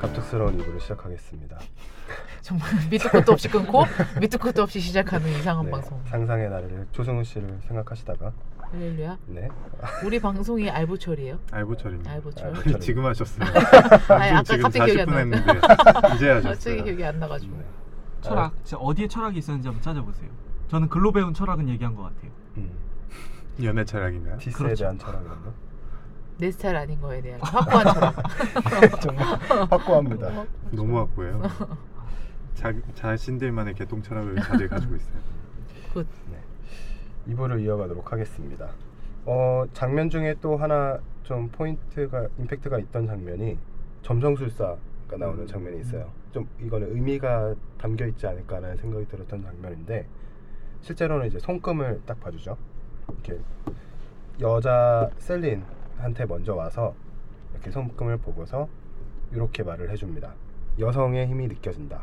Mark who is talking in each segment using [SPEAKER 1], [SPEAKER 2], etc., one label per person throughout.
[SPEAKER 1] 고통스러운 네. 입으로 시작하겠습니다.
[SPEAKER 2] 정말 밑도 끝도 없이 끊고 밑도 끝도 없이 시작하는 이상한
[SPEAKER 1] 네,
[SPEAKER 2] 방송.
[SPEAKER 1] 상상의 나를 조승우 씨를 생각하시다가
[SPEAKER 2] 할렐루야.
[SPEAKER 1] 네
[SPEAKER 3] 음.
[SPEAKER 2] 우리 방송이 알보철이에요.
[SPEAKER 4] 알보철입니다.
[SPEAKER 2] 알보철.
[SPEAKER 1] 알보철.
[SPEAKER 4] 지금 하셨어요.
[SPEAKER 2] 아니, 아까
[SPEAKER 4] 지금
[SPEAKER 2] 갑자기 기억이 안
[SPEAKER 4] 40분
[SPEAKER 2] 나.
[SPEAKER 4] 했는데
[SPEAKER 2] 갑자기
[SPEAKER 4] 이제 하셨어요.
[SPEAKER 2] 기억이 안 나가지고.
[SPEAKER 1] 네.
[SPEAKER 3] 철학 진짜 아, 어디에 철학이 있었는지 한번 찾아보세요. 저는 글로 배운 철학은 얘기한 것 같아요.
[SPEAKER 1] 음,
[SPEAKER 4] 연애 철학인가요?
[SPEAKER 1] 디스에
[SPEAKER 3] 그렇죠.
[SPEAKER 1] 대한 철학인가?
[SPEAKER 2] 내 스타일 아닌 거에 대한 확고한 아, 철학.
[SPEAKER 1] 정말 확고합니다.
[SPEAKER 4] 너무 확고해요.
[SPEAKER 2] 어.
[SPEAKER 4] 자, 자신들만의 개똥 철학을 다들 가지고 있어요.
[SPEAKER 2] 굿.
[SPEAKER 1] 네. 이부를 이어가도록 하겠습니다. 어, 장면 중에 또 하나 좀 포인트가 임팩트가 있던 장면이 점성술사가 나오는
[SPEAKER 4] 음.
[SPEAKER 1] 장면이 있어요. 좀 이거는 의미가 담겨 있지 않을까라는 생각이 들었던 장면인데 실제로는 이제 손금을 딱 봐주죠. 이렇게 여자 셀린한테 먼저 와서 이렇게 손금을 보고서 이렇게 말을 해줍니다. 여성의 힘이 느껴진다.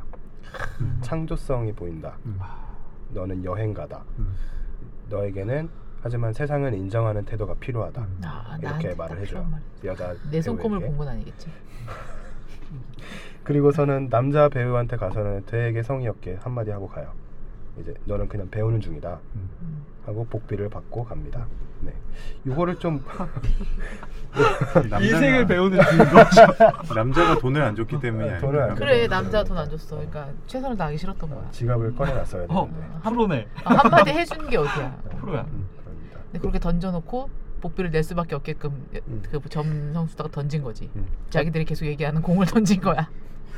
[SPEAKER 3] 음.
[SPEAKER 1] 창조성이 보인다.
[SPEAKER 4] 음.
[SPEAKER 1] 너는 여행가다.
[SPEAKER 4] 음.
[SPEAKER 1] 너에게는 하지만 세상은 인정하는 태도가 필요하다.
[SPEAKER 4] 음.
[SPEAKER 2] 아,
[SPEAKER 1] 이렇게
[SPEAKER 2] 나한테
[SPEAKER 1] 말을
[SPEAKER 2] 딱
[SPEAKER 1] 해줘요.
[SPEAKER 2] 그런 말.
[SPEAKER 1] 여자
[SPEAKER 2] 내 손금을
[SPEAKER 1] 배우에게.
[SPEAKER 2] 본 건 아니겠지.
[SPEAKER 1] 그리고서는 남자 배우한테 가서는 되게 성의 없게 한마디 하고 가요. 이제 너는 그냥 배우는 중이다
[SPEAKER 4] 음.
[SPEAKER 2] 음.
[SPEAKER 1] 하고 복비를 받고 갑니다. 네, 이거를 좀
[SPEAKER 4] 남자가-
[SPEAKER 3] 인생을 배우는 중이죠.
[SPEAKER 4] 남자가 돈을 안 줬기 때문에
[SPEAKER 1] 돈을 안
[SPEAKER 2] 그래 남자 돈 안 줬어. 그러니까 최선을 다하기 싫었던 거야.
[SPEAKER 1] 지갑을 꺼내놨어야
[SPEAKER 3] 어,
[SPEAKER 1] 되는데 음,
[SPEAKER 3] 프로네.
[SPEAKER 2] 아, 한마디 해준 게 어디야.
[SPEAKER 3] 프로야.
[SPEAKER 1] 그럽니다.
[SPEAKER 2] 근데 그렇게 던져놓고 복비를 낼 수밖에 없게끔
[SPEAKER 1] 음.
[SPEAKER 2] 그 점성수다가 던진 거지.
[SPEAKER 1] 음.
[SPEAKER 2] 자기들이 계속 얘기하는 공을 던진 거야.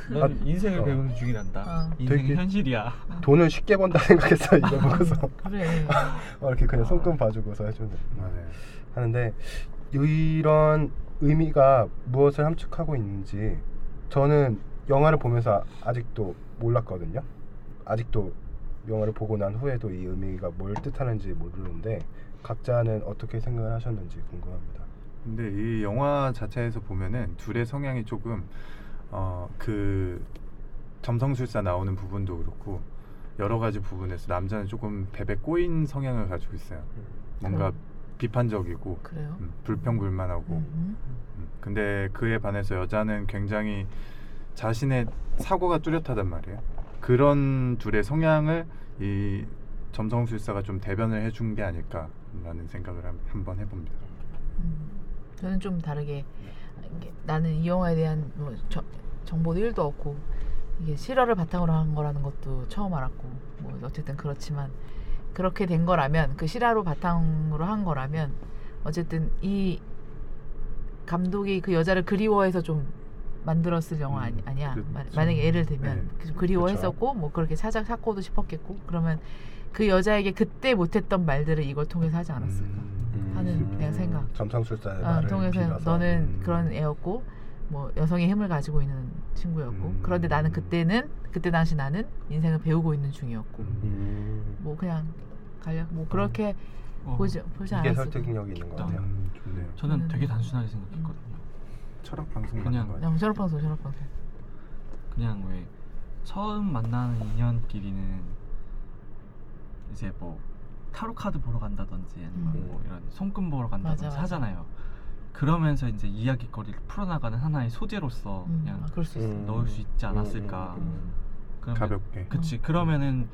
[SPEAKER 3] 나는 인생을
[SPEAKER 1] 어.
[SPEAKER 3] 배우는 중이란다.
[SPEAKER 2] 어.
[SPEAKER 3] 인생은
[SPEAKER 1] 되게-
[SPEAKER 3] 현실이야.
[SPEAKER 1] 돈을 쉽게 번다 생각했어 이거 보고서
[SPEAKER 2] 그래.
[SPEAKER 1] 어, 이렇게 그냥 손금 봐주고서 해주는
[SPEAKER 4] 맞아요.
[SPEAKER 1] 하는데 이런 의미가 무엇을 함축하고 있는지 저는 영화를 보면서 아직도 몰랐거든요. 아직도 영화를 보고 난 후에도 이 의미가 뭘 뜻하는지 모르는데 각자는 어떻게 생각을 하셨는지 궁금합니다.
[SPEAKER 4] 근데 이 영화 자체에서 보면은 둘의 성향이 조금 어 그 점성술사 나오는 부분도 그렇고 여러 가지 부분에서 남자는 조금 베베 꼬인 성향을 가지고 있어요. 뭔가 비판적이고
[SPEAKER 2] 그래요.
[SPEAKER 4] 음, 불평불만하고
[SPEAKER 2] 음.
[SPEAKER 4] 음, 근데 그에 반해서 여자는 굉장히 자신의 사고가 뚜렷하단 말이에요. 그런 둘의 성향을 이 점성술사가 좀 대변을 해준 게 아닐까라는 생각을 한- 한번 해봅니다.
[SPEAKER 2] 음. 저는 좀 다르게 이게 나는 이 영화에 대한 뭐 저- 정보도 1도 없고 이게 실화를 바탕으로 한 거라는 것도 처음 알았고 뭐 어쨌든 그렇지만 그렇게 된 거라면 그 실화로 바탕으로 한 거라면 어쨌든 이 감독이 그 여자를 그리워해서 좀 만들었을 영화 아니,
[SPEAKER 4] 음,
[SPEAKER 2] 아니야
[SPEAKER 4] 그쵸.
[SPEAKER 2] 마- 만약에 예를 들면
[SPEAKER 4] 네.
[SPEAKER 2] 그- 그리워했었고 뭐 그렇게 찾아 찾고도 싶었겠고 그러면 그 여자에게 그때 못했던 말들을 이걸 통해서 하지
[SPEAKER 4] 음.
[SPEAKER 2] 않았을까 하는 그냥 생각.
[SPEAKER 1] 점성술사의
[SPEAKER 2] 아,
[SPEAKER 1] 말을
[SPEAKER 2] 통해서
[SPEAKER 1] 빌어서
[SPEAKER 2] 너는
[SPEAKER 4] 음.
[SPEAKER 2] 그런 애였고 뭐 여성의 힘을 가지고 있는 친구였고
[SPEAKER 4] 음.
[SPEAKER 2] 그런데 나는 그때는 그때 당시 나는 인생을 배우고 있는 중이었고
[SPEAKER 4] 음.
[SPEAKER 1] 음,
[SPEAKER 2] 뭐 그냥 간략 뭐 그렇게
[SPEAKER 3] 어.
[SPEAKER 2] 보지
[SPEAKER 1] 이게
[SPEAKER 2] 보지 않았을 거
[SPEAKER 1] 설득력이 있는 것 같아요.
[SPEAKER 4] 음, 좋네요.
[SPEAKER 3] 저는
[SPEAKER 2] 음.
[SPEAKER 3] 되게 단순하게 생각했거든요.
[SPEAKER 4] 철학 방송
[SPEAKER 3] 그냥-
[SPEAKER 4] 같은 거 같아요.
[SPEAKER 2] 그냥 전업방송 전업방송
[SPEAKER 3] 그냥 왜 처음 만나는 인연끼리는 이제 뭐 타로 카드 보러 간다든지 아니면
[SPEAKER 2] 음.
[SPEAKER 3] 뭐 이런 손금 보러 간다든지
[SPEAKER 2] 맞아, 맞아.
[SPEAKER 3] 하잖아요. 그러면서 이제 이야기거리를 풀어나가는 하나의 소재로서
[SPEAKER 2] 음,
[SPEAKER 3] 그냥
[SPEAKER 2] 아, 그럴 수 있어
[SPEAKER 1] 음.
[SPEAKER 3] 넣을 수 있지 않았을까.
[SPEAKER 1] 음, 음,
[SPEAKER 3] 그러면-
[SPEAKER 4] 가볍게.
[SPEAKER 3] 그치. 그러면은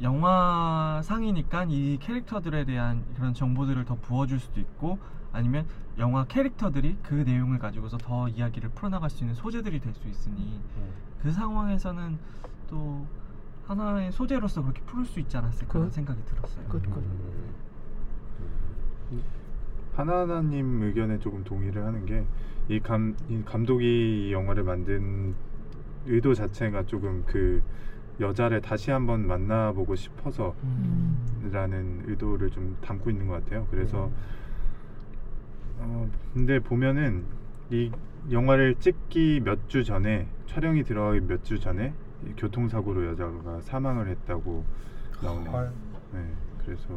[SPEAKER 3] 영화상이니까 이 캐릭터들에 대한 그런 정보들을 더 부어줄 수도 있고 아니면 영화 캐릭터들이 그 내용을 가지고서 더 이야기를 풀어나갈 수 있는 소재들이 될 수 있으니
[SPEAKER 1] 음.
[SPEAKER 3] 그 상황에서는 또 하나의 소재로서 그렇게 풀을 수 있지 않았을까
[SPEAKER 2] 그-
[SPEAKER 3] 그 생각이 들었어요.
[SPEAKER 2] 그- 굿.
[SPEAKER 1] 음.
[SPEAKER 4] 하나하나님 의견에 조금 동의를 하는 게 이 감 감독이 이 영화를 만든 의도 자체가 조금 그 여자를 다시 한번 만나보고 싶어서라는
[SPEAKER 2] 음.
[SPEAKER 4] 의도를 좀 담고 있는 것 같아요. 그래서 어, 근데 보면은 이 영화를 찍기 몇 주 전에 촬영이 들어가기 몇 주 전에 이 교통사고로 여자가 사망을 했다고
[SPEAKER 2] 음.
[SPEAKER 4] 나오네요.
[SPEAKER 1] 음. 헐.
[SPEAKER 4] 네, 그래서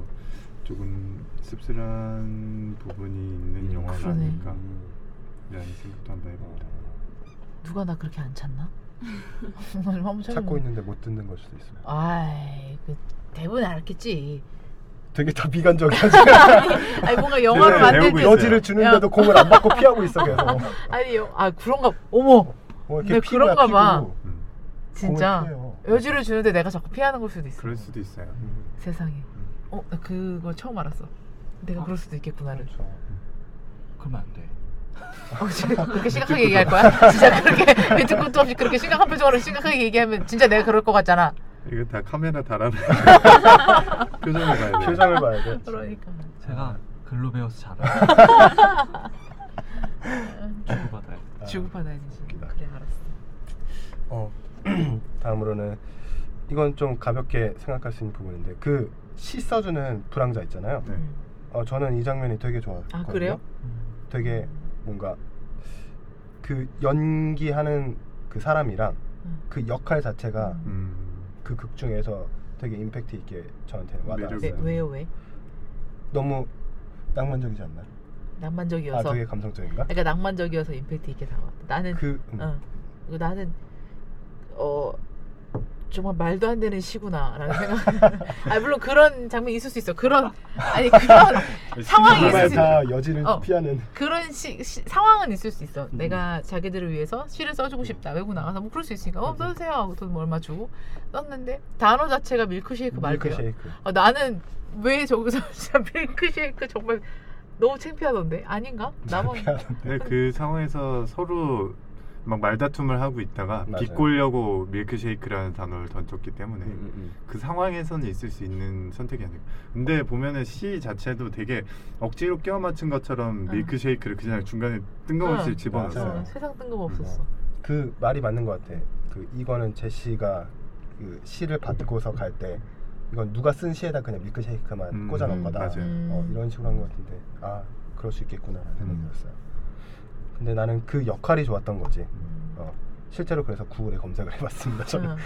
[SPEAKER 4] 조금 씁쓸한 부분이 있는
[SPEAKER 1] 음,
[SPEAKER 4] 영화가
[SPEAKER 2] 그러네.
[SPEAKER 4] 아닐까라는
[SPEAKER 1] 음.
[SPEAKER 4] 생각도 한번 해봅니다.
[SPEAKER 2] 누가 나 그렇게 안 찾나 정말 한번
[SPEAKER 1] 찾고 있는데 못 듣는 걸 수도 있어요.
[SPEAKER 2] 아이 그 대부분 알았겠지
[SPEAKER 1] 되게 다 비관적이야.
[SPEAKER 2] 아니 뭔가 영화를
[SPEAKER 1] 뭐
[SPEAKER 4] 네,
[SPEAKER 2] 만들
[SPEAKER 4] 배우고
[SPEAKER 2] 때
[SPEAKER 4] 있어요.
[SPEAKER 1] 여지를 주는데도 공을 안 받고 피하고 있어 계속.
[SPEAKER 2] 아니 요- 아 그런가 어머
[SPEAKER 1] 뭐
[SPEAKER 2] 근데
[SPEAKER 1] 피부야,
[SPEAKER 2] 그런가 봐.
[SPEAKER 1] 피부.
[SPEAKER 4] 음,
[SPEAKER 2] 진짜
[SPEAKER 1] 공을 피해요.
[SPEAKER 2] 여지를 주는데 내가 자꾸 피하는 걸 수도 있어.
[SPEAKER 4] 그럴 수도 있어요.
[SPEAKER 1] 음,
[SPEAKER 2] 세상에. 어, 나 그거 처음 알았어. 내가 그럴 수도 있겠구나를.
[SPEAKER 1] 그렇죠.
[SPEAKER 3] 그러면 안 돼.
[SPEAKER 2] 어, 진짜 그렇게 심각하게 얘기할 거야? 진짜 그렇게 밑도 끝도 없이 그렇게 심각한 표정으로 심각하게 얘기하면 진짜 내가 그럴 것 같잖아.
[SPEAKER 4] 이거 다 카메라 달아놔. 표정을 봐야 돼.
[SPEAKER 1] 표정을 봐야 돼.
[SPEAKER 2] 그러니까.
[SPEAKER 3] 제가 글로 배워서 잘 알아요. 주고받아요.
[SPEAKER 1] 아,
[SPEAKER 2] 주고받아야 되지.
[SPEAKER 1] 웃기다.
[SPEAKER 2] 그래 알았어.
[SPEAKER 1] 어. 다음으로는 이건 좀 가볍게 생각할 수 있는 부분인데 그 시 써주는 불황자 있잖아요.
[SPEAKER 4] 네.
[SPEAKER 2] 음.
[SPEAKER 1] 어, 저는 이 장면이 되게 좋았거든요.
[SPEAKER 2] 아, 그래요?
[SPEAKER 3] 음.
[SPEAKER 1] 되게 뭔가 그 연기하는 그 사람이랑
[SPEAKER 2] 음.
[SPEAKER 1] 그 역할 자체가
[SPEAKER 4] 음,
[SPEAKER 1] 그 극 중에서 되게 임팩트 있게 저한테는 와닿았어요.
[SPEAKER 2] 네, 왜,
[SPEAKER 4] 매력이.
[SPEAKER 2] 왜요 왜?
[SPEAKER 1] 너무 낭만적이지 않나? 아
[SPEAKER 2] 낭만적이어서.
[SPEAKER 1] 되게 감성적인가?
[SPEAKER 2] 그러니까 낭만적이어서 임팩트 있게 다가. 나는
[SPEAKER 1] 그 음,
[SPEAKER 2] 어. 이거 나는 어 정말 말도 안 되는 시구나라는 생각. 아 물론 그런 장면 이 있을 수 있어. 그런 아니 그런 상황이
[SPEAKER 1] 정말
[SPEAKER 2] 있을 수
[SPEAKER 1] 다 여지를
[SPEAKER 2] 어.
[SPEAKER 1] 피하는
[SPEAKER 2] 그런 시, 시- 상황은 있을
[SPEAKER 1] 음.
[SPEAKER 2] 수 있어. 내가 자기들을 위해서 시를 써주고 싶다. 외국 나가서 뭐 그럴 수 있으니까 어
[SPEAKER 1] 맞아.
[SPEAKER 2] 써주세요 하고 돈 얼마 주고 썼는데 단어 자체가 밀크쉐이크 말이에요.
[SPEAKER 1] 밀크쉐이크. 네.
[SPEAKER 2] 어, 나는 왜 저기서 진짜 밀크쉐이크 정말 너무 창피하던데 아닌가? 나만
[SPEAKER 4] 근데 그 상황에서 서로 막 말다툼을 하고 있다가
[SPEAKER 1] 맞아요.
[SPEAKER 4] 비꼬려고 밀크쉐이크라는 단어를 던졌기 때문에
[SPEAKER 1] 음, 음,
[SPEAKER 4] 그 상황에서는 있을 수 있는 선택이 아니고 근데 보면은 시 자체도 되게 억지로 끼워 맞춘 것처럼
[SPEAKER 2] 어.
[SPEAKER 4] 밀크쉐이크를 그냥 중간에 뜬금없이
[SPEAKER 2] 어.
[SPEAKER 4] 집어넣었어요
[SPEAKER 2] 어, 세상 뜬금없었어.
[SPEAKER 1] 음. 그 말이 맞는 것 같아. 그 이거는 제시가 그 시를 받고서 갈 때 이건 누가 쓴 시에다 그냥 밀크쉐이크만
[SPEAKER 4] 음,
[SPEAKER 1] 꽂아놓은 거다.
[SPEAKER 4] 맞아요.
[SPEAKER 2] 음.
[SPEAKER 1] 어, 이런 식으로 한 것 같은데 아 그럴 수 있겠구나라는 생각이
[SPEAKER 4] 음.
[SPEAKER 1] 들었어요. 근데 나는 그 역할이 좋았던 거지.
[SPEAKER 2] 음.
[SPEAKER 1] 어, 실제로 그래서 구글에 검색을 해봤습니다. 저는
[SPEAKER 2] 어.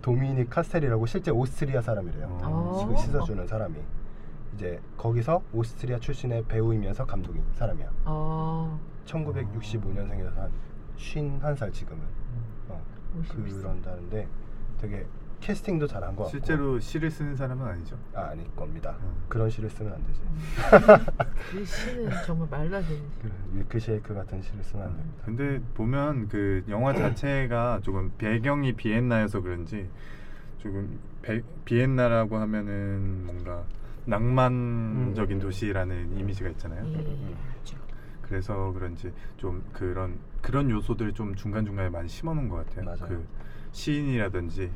[SPEAKER 1] 도미닉 카스텔이라고 실제 오스트리아 사람이래요.
[SPEAKER 4] 어.
[SPEAKER 1] 지금 씻어주는 그 사람이 이제 거기서 오스트리아 출신의 배우이면서 감독인 사람이야.
[SPEAKER 2] 어,
[SPEAKER 1] 1965년생이라서 한51살 지금은
[SPEAKER 3] 음.
[SPEAKER 1] 어,
[SPEAKER 2] 50.
[SPEAKER 1] 그런다는데 되게 캐스팅도 잘한 거 같고
[SPEAKER 4] 실제로 시를 쓰는 사람은 아니죠
[SPEAKER 1] 아 아닐 겁니다.
[SPEAKER 4] 음.
[SPEAKER 1] 그런 시를 쓰면 안 되지.
[SPEAKER 2] 그 시는 정말 말도 안 되는.
[SPEAKER 1] 그래. 밀크쉐이크 같은 시를 쓰면
[SPEAKER 4] 음.
[SPEAKER 1] 안 됩니다.
[SPEAKER 4] 근데 보면 그 영화 자체가 조금 배경이 비엔나여서 그런지 조금 배- 비엔나라고 하면은 뭔가 낭만적인
[SPEAKER 1] 음.
[SPEAKER 4] 도시라는 이미지가 있잖아요.
[SPEAKER 2] 예,
[SPEAKER 1] 음.
[SPEAKER 2] 알죠.
[SPEAKER 4] 그래서 그런지 좀 그런 그런 요소들을 좀 중간 중간에 많이 심어놓은 것 같아요.
[SPEAKER 1] 맞아요.
[SPEAKER 4] 그 시인이라든지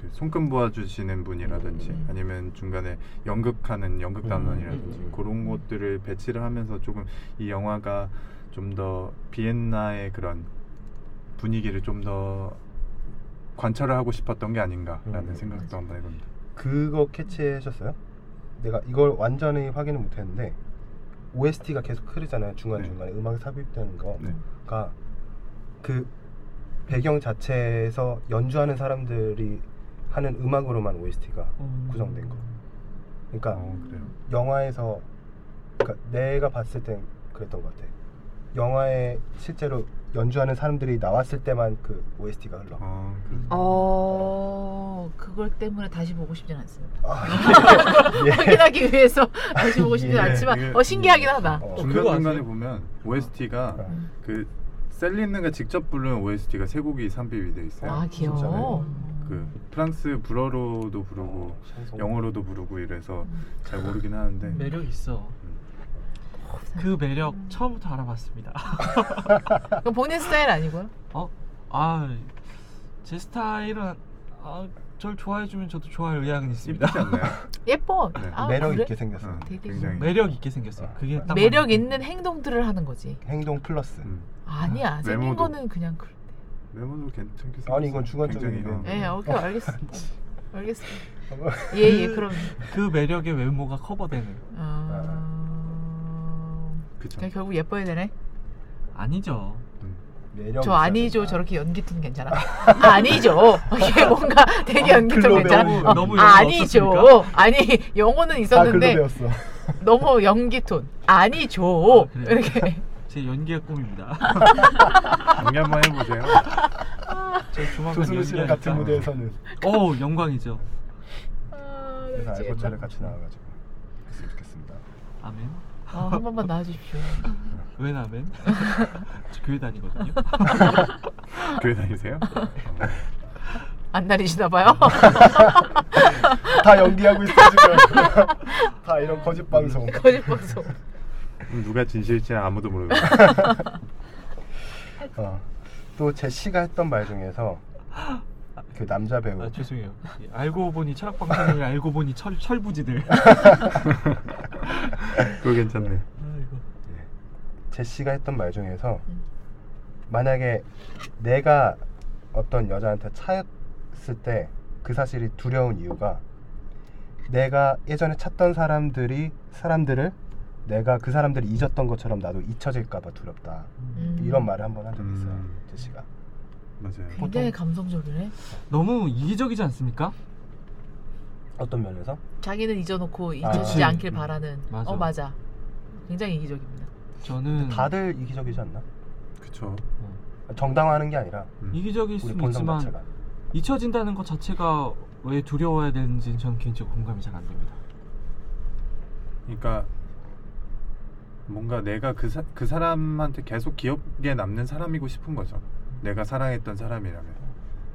[SPEAKER 4] 그 손금 모아주시는 분이라든지
[SPEAKER 2] 음.
[SPEAKER 4] 아니면 중간에 연극하는 연극 단원이라든지
[SPEAKER 1] 음.
[SPEAKER 4] 그런 것들을 배치를 하면서 조금 이 영화가 좀 더 비엔나의 그런 분위기를 좀 더 관찰을 하고 싶었던 게 아닌가라는
[SPEAKER 1] 음.
[SPEAKER 4] 생각도 한번 해봅니다.
[SPEAKER 1] 그거 캐치하셨어요? 내가 이걸 완전히 확인은 못했는데 OST가 계속 흐르잖아요. 중간 중간에 음악 이 삽입되는
[SPEAKER 4] 네.
[SPEAKER 1] 거가 그러니까 그 배경 자체에서 연주하는 사람들이 하는 음악으로만 OST가
[SPEAKER 3] 어.
[SPEAKER 1] 구성된 거. 그러니까
[SPEAKER 4] 어, 그래요.
[SPEAKER 1] 영화에서 그러니까 내가 봤을 땐 그랬던 것 같아. 영화에 실제로 연주하는 사람들이 나왔을 때만 그 OST가 흘러.
[SPEAKER 4] 어, 그래요.
[SPEAKER 2] 그렇죠. 어, 그걸 때문에 다시 보고 싶진 않습니다.
[SPEAKER 1] 아,
[SPEAKER 2] 확인하기 위해서 다시 보고 싶진
[SPEAKER 1] 예,
[SPEAKER 2] 않지만,
[SPEAKER 4] 이게-
[SPEAKER 2] 어 신기하긴 하다.
[SPEAKER 1] 어,
[SPEAKER 4] 중간
[SPEAKER 3] 그거
[SPEAKER 4] 중간에
[SPEAKER 3] 아세요?
[SPEAKER 4] 보면 OST가
[SPEAKER 1] 어.
[SPEAKER 2] 음.
[SPEAKER 4] 그 셀린느가 직접 부른 OST가 세 곡이 삽입이 돼 있어요.
[SPEAKER 2] 아 귀여워.
[SPEAKER 4] 네,
[SPEAKER 2] 음.
[SPEAKER 4] 그 프랑스 불어로도 부르고
[SPEAKER 1] 샹송.
[SPEAKER 4] 영어로도 부르고 이래서 잘 모르긴 하는데
[SPEAKER 3] 매력 있어. 그 매력 처음부터 알아봤습니다.
[SPEAKER 2] 그럼 본인 스타일 아니고요?
[SPEAKER 3] 아, 제 스타일은 아, 절 좋아해 주면 저도 좋아할 의향은 있습니다.
[SPEAKER 4] 이쁘지 않나요?
[SPEAKER 2] 예뻐.
[SPEAKER 4] 네.
[SPEAKER 2] 아,
[SPEAKER 1] 매력
[SPEAKER 2] 그래?
[SPEAKER 1] 있게 생겼어.
[SPEAKER 4] 어,
[SPEAKER 2] 되게
[SPEAKER 1] 네.
[SPEAKER 4] 굉장히
[SPEAKER 3] 매력 있게 생겼어요. 그게 딱
[SPEAKER 2] 매력
[SPEAKER 3] 맞는
[SPEAKER 2] 있는 행동들을 하는 거지.
[SPEAKER 1] 행동 플러스.
[SPEAKER 4] 음,
[SPEAKER 2] 아니야. 생긴
[SPEAKER 4] 외모도.
[SPEAKER 2] 거는 그냥 그래.
[SPEAKER 4] 외모도 괜찮게
[SPEAKER 1] 아니, 이건 중간적인
[SPEAKER 4] 굉장히, 어,
[SPEAKER 1] 의견.
[SPEAKER 2] 예, 오케이 알겠어. 알겠어.
[SPEAKER 1] 한번-
[SPEAKER 2] 예, 예, 그럼.
[SPEAKER 3] 그 매력의 외모가 커버되는.
[SPEAKER 2] 어...
[SPEAKER 4] 그쵸.
[SPEAKER 2] 그냥 결국 예뻐야 되네.
[SPEAKER 3] 아니죠.
[SPEAKER 1] 매력
[SPEAKER 2] 저
[SPEAKER 1] 있어야
[SPEAKER 2] 아니죠.
[SPEAKER 1] 된다.
[SPEAKER 2] 저렇게 연기툰 괜찮아. 아, 아니죠. 이게 뭔가 되게 연기툰
[SPEAKER 1] 글로
[SPEAKER 2] 괜찮아.
[SPEAKER 1] 배우는
[SPEAKER 2] 어,
[SPEAKER 3] 너무 영어
[SPEAKER 2] 아, 아니죠. 아니 영어는
[SPEAKER 1] 다 글로
[SPEAKER 2] 있었는데
[SPEAKER 1] 배웠어.
[SPEAKER 2] 너무 연기톤. 아니죠.
[SPEAKER 3] 아, 그래요?
[SPEAKER 2] 이렇게
[SPEAKER 3] 제 연기의 꿈입니다.
[SPEAKER 4] 연기 한번 해보세요.
[SPEAKER 3] 저 조만간
[SPEAKER 1] 조승우 씨랑 같은
[SPEAKER 3] 연기하니까.
[SPEAKER 4] 무대.
[SPEAKER 1] 무대에서는
[SPEAKER 3] 어, 영광이죠.
[SPEAKER 2] 아,
[SPEAKER 1] 그래서
[SPEAKER 2] 미치겠다.
[SPEAKER 1] 알고차를 같이 나와가지고 했으면 좋겠습니다.
[SPEAKER 3] 아멘.
[SPEAKER 2] 아, 한 번만 나와주십시오.
[SPEAKER 3] 왜 나면? 저 교회 다니거든요.
[SPEAKER 4] 교회 다니세요? 어.
[SPEAKER 2] 안 다니시나 봐요.
[SPEAKER 1] 다 연기하고 있어 지금. 다 이런 거짓 방송.
[SPEAKER 2] 거짓 방송.
[SPEAKER 4] 그럼 누가 진실인지 아무도 모르겠어요.
[SPEAKER 1] 어. 또 제시가 했던 말 중에서 그 남자 배우
[SPEAKER 3] 아 죄송해요. 예, 알고 보니 철학방송이 알고 보니 철 철부지들.
[SPEAKER 4] 그거 괜찮네.
[SPEAKER 3] 아이고.
[SPEAKER 1] 제시가 했던 말 중에서
[SPEAKER 2] 음.
[SPEAKER 1] 만약에 내가 어떤 여자한테 차였을 때 그 사실이 두려운 이유가 내가 예전에 찾던 사람들이 사람들을 내가 그 사람들이 잊었던 것처럼 나도 잊혀질까봐 두렵다
[SPEAKER 2] 음.
[SPEAKER 1] 이런 말을 한 번 한 적이 있어요
[SPEAKER 4] 음.
[SPEAKER 1] 제시가
[SPEAKER 4] 맞아요.
[SPEAKER 2] 굉장히 감성적이네.
[SPEAKER 3] 너무 이기적이지 않습니까?
[SPEAKER 1] 어떤 면에서
[SPEAKER 2] 자기는 잊어놓고 잊혀지지
[SPEAKER 1] 그치.
[SPEAKER 2] 않길 바라는.
[SPEAKER 3] 맞아.
[SPEAKER 2] 어 맞아. 굉장히 이기적입니다.
[SPEAKER 3] 저는
[SPEAKER 1] 다들 이기적이지 않나
[SPEAKER 4] 그쵸.
[SPEAKER 1] 정당화하는 게 아니라
[SPEAKER 4] 음.
[SPEAKER 3] 이기적일
[SPEAKER 1] 우리
[SPEAKER 3] 수는
[SPEAKER 1] 본성
[SPEAKER 3] 있지만
[SPEAKER 1] 자체가
[SPEAKER 3] 잊혀진다는 것 자체가 왜 두려워야 되는지는 저는 개인적으로 공감이 잘 안 됩니다.
[SPEAKER 4] 그러니까 뭔가 내가 그, 사, 그 사람한테 계속 기억에 남는 사람이고 싶은 거죠. 내가 사랑했던 사람이라면.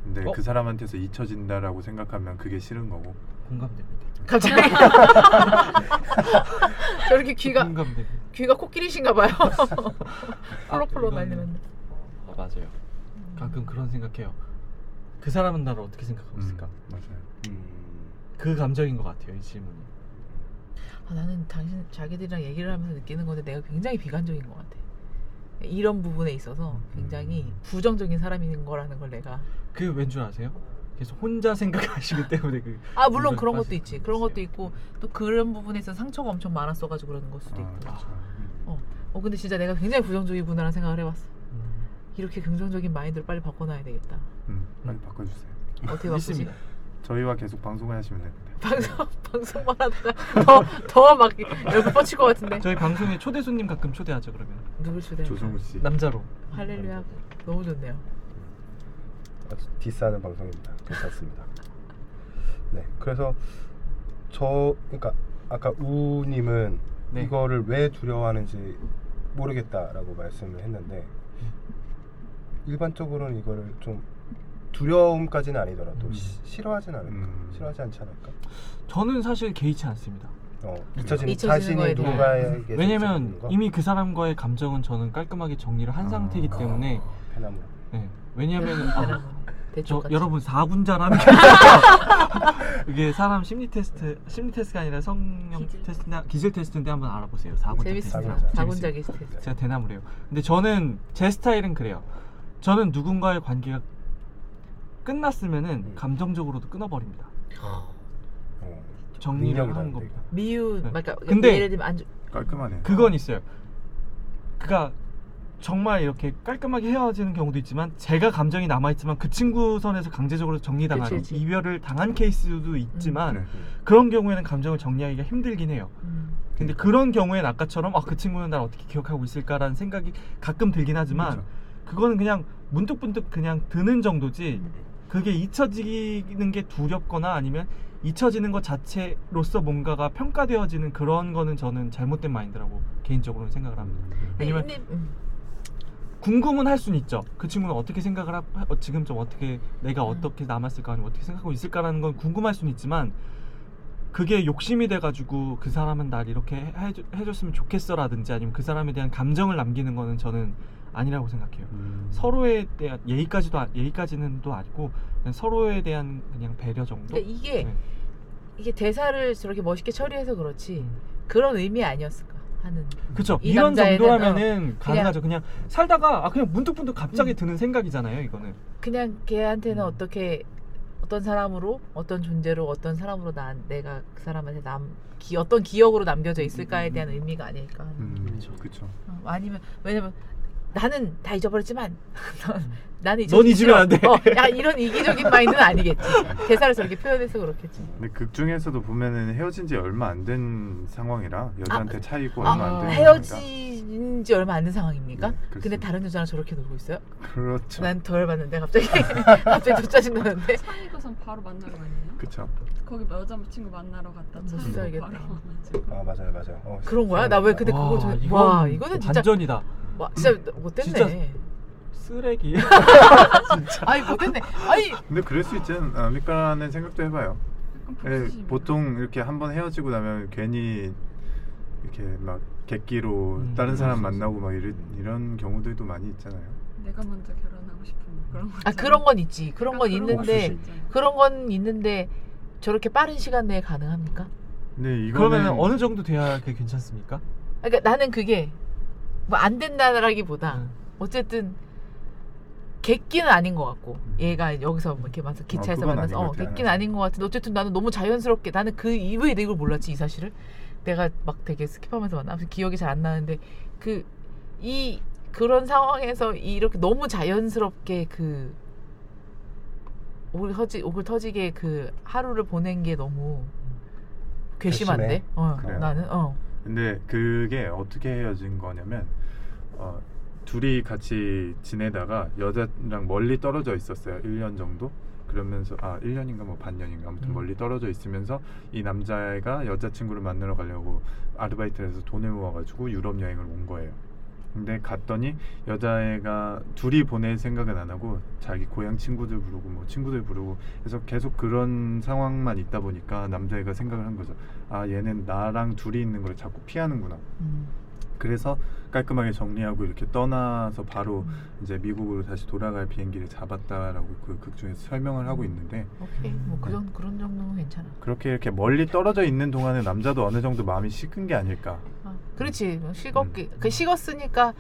[SPEAKER 4] 근데
[SPEAKER 3] 어?
[SPEAKER 4] 그 사람한테서 잊혀진다라고 생각하면 그게 싫은 거고.
[SPEAKER 3] 공감됩니다.
[SPEAKER 2] 갑자기 저렇게 귀가
[SPEAKER 3] 공감됩니다.
[SPEAKER 2] 귀가 코끼리신가 봐요. 플로플로
[SPEAKER 3] 이거는-
[SPEAKER 2] 날리는.
[SPEAKER 3] 아, 맞아요. 가끔 그런 생각해요. 그 사람은 나를 어떻게 생각하고 있을까?
[SPEAKER 4] 음, 맞아요.
[SPEAKER 1] 음,
[SPEAKER 3] 그 감정인 것 같아요. 이 질문이.
[SPEAKER 2] 아, 나는 당신 자기들이랑 얘기를 하면서 느끼는 건데 내가 굉장히 비관적인 것 같아. 이런 부분에 있어서
[SPEAKER 3] 음.
[SPEAKER 2] 굉장히 부정적인 사람인 거라는 걸 내가
[SPEAKER 3] 그게 왠줄 아세요? 계속 혼자 생각하시기 때문에 그
[SPEAKER 2] 아 물론
[SPEAKER 3] 인간이
[SPEAKER 2] 그런 것도
[SPEAKER 3] 빠질
[SPEAKER 2] 있지
[SPEAKER 3] 수
[SPEAKER 2] 그런 것도
[SPEAKER 3] 있어요.
[SPEAKER 2] 있고 또 그런 부분에서 상처가 엄청 많았어가지고 그러는 걸 수도
[SPEAKER 4] 아,
[SPEAKER 2] 있고
[SPEAKER 4] 그렇죠.
[SPEAKER 2] 어 근데 진짜 내가 굉장히 부정적이구나라는 생각을 해봤어
[SPEAKER 3] 음,
[SPEAKER 2] 이렇게 긍정적인 마인드를 빨리 바꿔놔야 되겠다
[SPEAKER 4] 음, 빨리 바꿔주세요.
[SPEAKER 2] 어떻게 바꾸지
[SPEAKER 3] 있습니다.
[SPEAKER 4] 저희와 계속 방송을 하시면 됩니다.
[SPEAKER 2] 방송 방송만 하다가 더더막 여기 뻗칠 것 같은데
[SPEAKER 3] 저희 방송에 초대 손님 가끔 초대하죠 그러면
[SPEAKER 2] 누굴 초대할까
[SPEAKER 4] 조성우 씨.
[SPEAKER 3] 네. 남자로.
[SPEAKER 2] 할렐루야 너무 좋네요
[SPEAKER 1] 아주 디스하는 방송입니다. 괜찮습니다. 네, 그래서 저 그러니까 아까 우님은
[SPEAKER 3] 네.
[SPEAKER 1] 이거를 왜 두려워하는지 모르겠다라고 말씀을 했는데 일반적으로는 이거를 좀 두려움까지는 아니더라도
[SPEAKER 3] 음.
[SPEAKER 1] 시- 싫어하진 않을까,
[SPEAKER 4] 음.
[SPEAKER 1] 싫어하지 않지 않을까.
[SPEAKER 3] 저는 사실 개의치 않습니다.
[SPEAKER 1] 어, 잊혀지는
[SPEAKER 2] 잊혀지는 거에
[SPEAKER 1] 자신이
[SPEAKER 2] 대한-
[SPEAKER 1] 누군가에게
[SPEAKER 3] 음. 왜냐면
[SPEAKER 1] 잊혀지는 거?
[SPEAKER 3] 이미 그 사람과의 감정은 저는 깔끔하게 정리를 한
[SPEAKER 4] 아.
[SPEAKER 3] 상태이기 때문에
[SPEAKER 1] 페나무.
[SPEAKER 3] 네. 왜냐면 아, 저
[SPEAKER 2] 대충
[SPEAKER 3] 여러분 4분자라면 이게 사람 심리 테스트 심리 테스트가 아니라 성형
[SPEAKER 2] 기질.
[SPEAKER 3] 테스트나 기질 테스트인데 한번 알아보세요. 4분자
[SPEAKER 2] 재밌습니다
[SPEAKER 1] 사군자.
[SPEAKER 2] 사군자
[SPEAKER 3] 재밌어요.
[SPEAKER 2] 게스트
[SPEAKER 3] 제가 대나무래요. 근데 저는 제 스타일은 그래요. 저는 누군가의 관계가 끝났으면은
[SPEAKER 1] 음.
[SPEAKER 3] 감정적으로도 끊어버립니다.
[SPEAKER 1] 어, 능력이
[SPEAKER 3] 정리를 하는
[SPEAKER 1] 다른데,
[SPEAKER 3] 겁니다.
[SPEAKER 1] 이거.
[SPEAKER 2] 미운
[SPEAKER 3] 네.
[SPEAKER 2] 그러니까
[SPEAKER 3] 근데-
[SPEAKER 2] 예를 들면 안 좋-
[SPEAKER 4] 깔끔하네요.
[SPEAKER 3] 그건 있어요. 그니까 정말 이렇게 깔끔하게 헤어지는 경우도 있지만 제가 감정이 남아 있지만 그 친구 선에서 강제적으로 정리당하는
[SPEAKER 2] 그치, 음. 그치.
[SPEAKER 3] 이별을 당한 케이스도 있지만
[SPEAKER 4] 네.
[SPEAKER 3] 그런 경우에는 감정을 정리하기가 힘들긴 해요.
[SPEAKER 2] 음.
[SPEAKER 3] 근데 그런 경우엔 아까처럼 아 그 친구는 날 어떻게 기억하고 있을까라는 생각이 가끔 들긴 하지만
[SPEAKER 4] 그렇죠.
[SPEAKER 3] 그거는 그냥 문득문득 그냥 드는 정도지
[SPEAKER 2] 음.
[SPEAKER 3] 그게 잊혀지는 게 두렵거나 아니면 잊혀지는 것 자체로서 뭔가가 평가되어지는 그런 거는 저는 잘못된 마인드라고 개인적으로는 생각을 합니다. 왜냐면
[SPEAKER 2] 근데 음.
[SPEAKER 3] 궁금은 할 수는 있죠. 그 친구는 어떻게 생각을 하, 어, 지금 좀 어떻게 내가 어떻게 남았을까 아니면 어떻게 생각하고 있을까라는 건 궁금할 수는 있지만 그게 욕심이 돼가지고 그 사람은 날 이렇게 해, 줬으면 좋겠어라든지 아니면 그 사람에 대한 감정을 남기는 거는 저는 아니라고 생각해요.
[SPEAKER 4] 음.
[SPEAKER 3] 서로에 대한 예의까지도 아- 예의까지는 또 아니고 그냥 서로에 대한 그냥 배려 정도.
[SPEAKER 2] 그러니까 이게
[SPEAKER 3] 네.
[SPEAKER 2] 이게 대사를 저렇게 멋있게 처리해서 그렇지
[SPEAKER 3] 음.
[SPEAKER 2] 그런 의미 아니었을까 하는
[SPEAKER 3] 그쵸.
[SPEAKER 2] 이
[SPEAKER 3] 이런
[SPEAKER 2] 남자애는,
[SPEAKER 3] 정도라면은 가능하죠. 그냥 살다가 아 그냥 문득문득 갑자기
[SPEAKER 2] 음.
[SPEAKER 3] 드는 생각이잖아요. 이거는.
[SPEAKER 2] 그냥 걔한테는
[SPEAKER 3] 음.
[SPEAKER 2] 어떻게 어떤 사람으로 어떤 존재로 어떤 사람으로 난 내가 그 사람한테 남 기, 어떤 기억으로 남겨져
[SPEAKER 3] 음,
[SPEAKER 2] 있을까에 대한 의미가 아닐까 하는.
[SPEAKER 4] 음,
[SPEAKER 3] 그렇죠.
[SPEAKER 4] 그렇죠.
[SPEAKER 2] 어, 아니면 왜냐면 나는 다 잊어버렸지만 넌, 나는 잊어
[SPEAKER 3] 넌 잊으면 안 돼.
[SPEAKER 2] 어, 야 이런 이기적인 마인드는 아니겠지 대사를 저렇게 표현해서 그렇겠지
[SPEAKER 4] 근데 극 중에서도 보면은 헤어진 지 얼마 안 된 상황이라 여자한테 차이고
[SPEAKER 2] 아,
[SPEAKER 4] 얼마 안된
[SPEAKER 2] 헤어진 지 얼마 안 된 상황입니까?
[SPEAKER 4] 네,
[SPEAKER 2] 근데
[SPEAKER 4] 그렇습니다.
[SPEAKER 2] 다른 여자랑 저렇게 놀고 있어요?
[SPEAKER 4] 그렇죠.
[SPEAKER 2] 난 덜 봤는데 갑자기 갑자기 더 짜증나는데
[SPEAKER 5] 차이고선 바로 만나러 가네요.
[SPEAKER 4] 그쵸.
[SPEAKER 5] 거기 여자친구 만나러 갔다 차
[SPEAKER 2] 진짜
[SPEAKER 5] 타고
[SPEAKER 2] 알겠다.
[SPEAKER 5] 바로 만나고.
[SPEAKER 1] 아 맞아요, 맞아요. 어,
[SPEAKER 2] 그런 거야? 나 왜
[SPEAKER 1] 생각난다.
[SPEAKER 2] 근데 그거
[SPEAKER 3] 와,
[SPEAKER 2] 저-
[SPEAKER 3] 이건
[SPEAKER 2] 와, 이거는 진짜-
[SPEAKER 3] 반전이다.
[SPEAKER 2] 와, 진짜 못됐네.
[SPEAKER 3] 진짜- 쓰레기.
[SPEAKER 2] 아니 못됐네. 아니
[SPEAKER 4] 근데 그럴 수 있지 않을까라는 생각도 해봐요.
[SPEAKER 5] 약간
[SPEAKER 4] 예,
[SPEAKER 5] 복수심.
[SPEAKER 4] 보통 이렇게 한번 헤어지고 나면 괜히 이렇게 막 객기로
[SPEAKER 3] 음,
[SPEAKER 4] 다른 사람
[SPEAKER 3] 그럴 수
[SPEAKER 4] 만나고 막 이런 이런 경우들도 많이 있잖아요.
[SPEAKER 5] 내가 먼저 결혼하고 싶은 뭐 그런 거.
[SPEAKER 2] 아 그런 건 있지. 그런 건 있는데
[SPEAKER 1] 복수심.
[SPEAKER 2] 그런 건 있는데 저렇게 빠른 시간 내에 가능합니까?
[SPEAKER 4] 근데 이거는
[SPEAKER 3] 그러면 어느 정도 돼야 그게 괜찮습니까?
[SPEAKER 2] 그러니까 나는 그게 뭐 안 된다라기보다
[SPEAKER 3] 음.
[SPEAKER 2] 어쨌든 객기는 아닌 것 같고 얘가 여기서 뭐 이렇게 만나서 기차에서
[SPEAKER 4] 음. 그건
[SPEAKER 2] 만나서
[SPEAKER 4] 아닌
[SPEAKER 2] 어
[SPEAKER 4] 것 같아요.
[SPEAKER 2] 객기는 아닌 것 같은데 어쨌든 나는 너무 자연스럽게 나는 그 이후에 내가 이걸 몰랐지 이 사실을 내가 막 되게 스킵하면서 만나 아무튼 기억이 잘 안 나는데 그 이 그런 상황에서 이렇게 너무 자연스럽게 그 오글 터지 오글 터지게 그 하루를 보낸 게 너무 괘씸한데
[SPEAKER 1] 괘씸해?
[SPEAKER 2] 어
[SPEAKER 4] 음. 그래요.
[SPEAKER 2] 나는 어
[SPEAKER 4] 근데 그게 어떻게 헤어진 거냐면 어, 둘이 같이 지내다가 여자랑 멀리 떨어져 있었어요. 1년 정도. 그러면서 아 1년인가 뭐 반년인가 아무튼
[SPEAKER 3] 음.
[SPEAKER 4] 멀리 떨어져 있으면서 이 남자애가 여자친구를 만나러 가려고 아르바이트를 해서 돈을 모아가지고 유럽 여행을 온 거예요. 근데 갔더니 여자애가 둘이 보낼 생각은 안 하고 자기 고향 친구들 부르고 뭐 친구들 부르고 그래서 계속 그런 상황만 있다 보니까 남자애가 생각을 한 거죠. 아 얘는 나랑 둘이 있는 걸 자꾸 피하는구나.
[SPEAKER 2] 음.
[SPEAKER 4] 그래서 깔끔하게 정리하고 이렇게 떠나서 바로 이제 미국으로 다시 돌아갈 비행기를 잡았다라고 그 극중에서 설명을 하고 있는데
[SPEAKER 2] 오케이
[SPEAKER 4] 음, 네.
[SPEAKER 2] 뭐 그런 그런 정도는 괜찮아.
[SPEAKER 4] 그렇게 이렇게 멀리 떨어져 있는 동안에 남자도 어느 정도 마음이 식은 게 아닐까.
[SPEAKER 2] 아, 그렇지 식었기
[SPEAKER 4] 음.
[SPEAKER 2] 그 식었으니까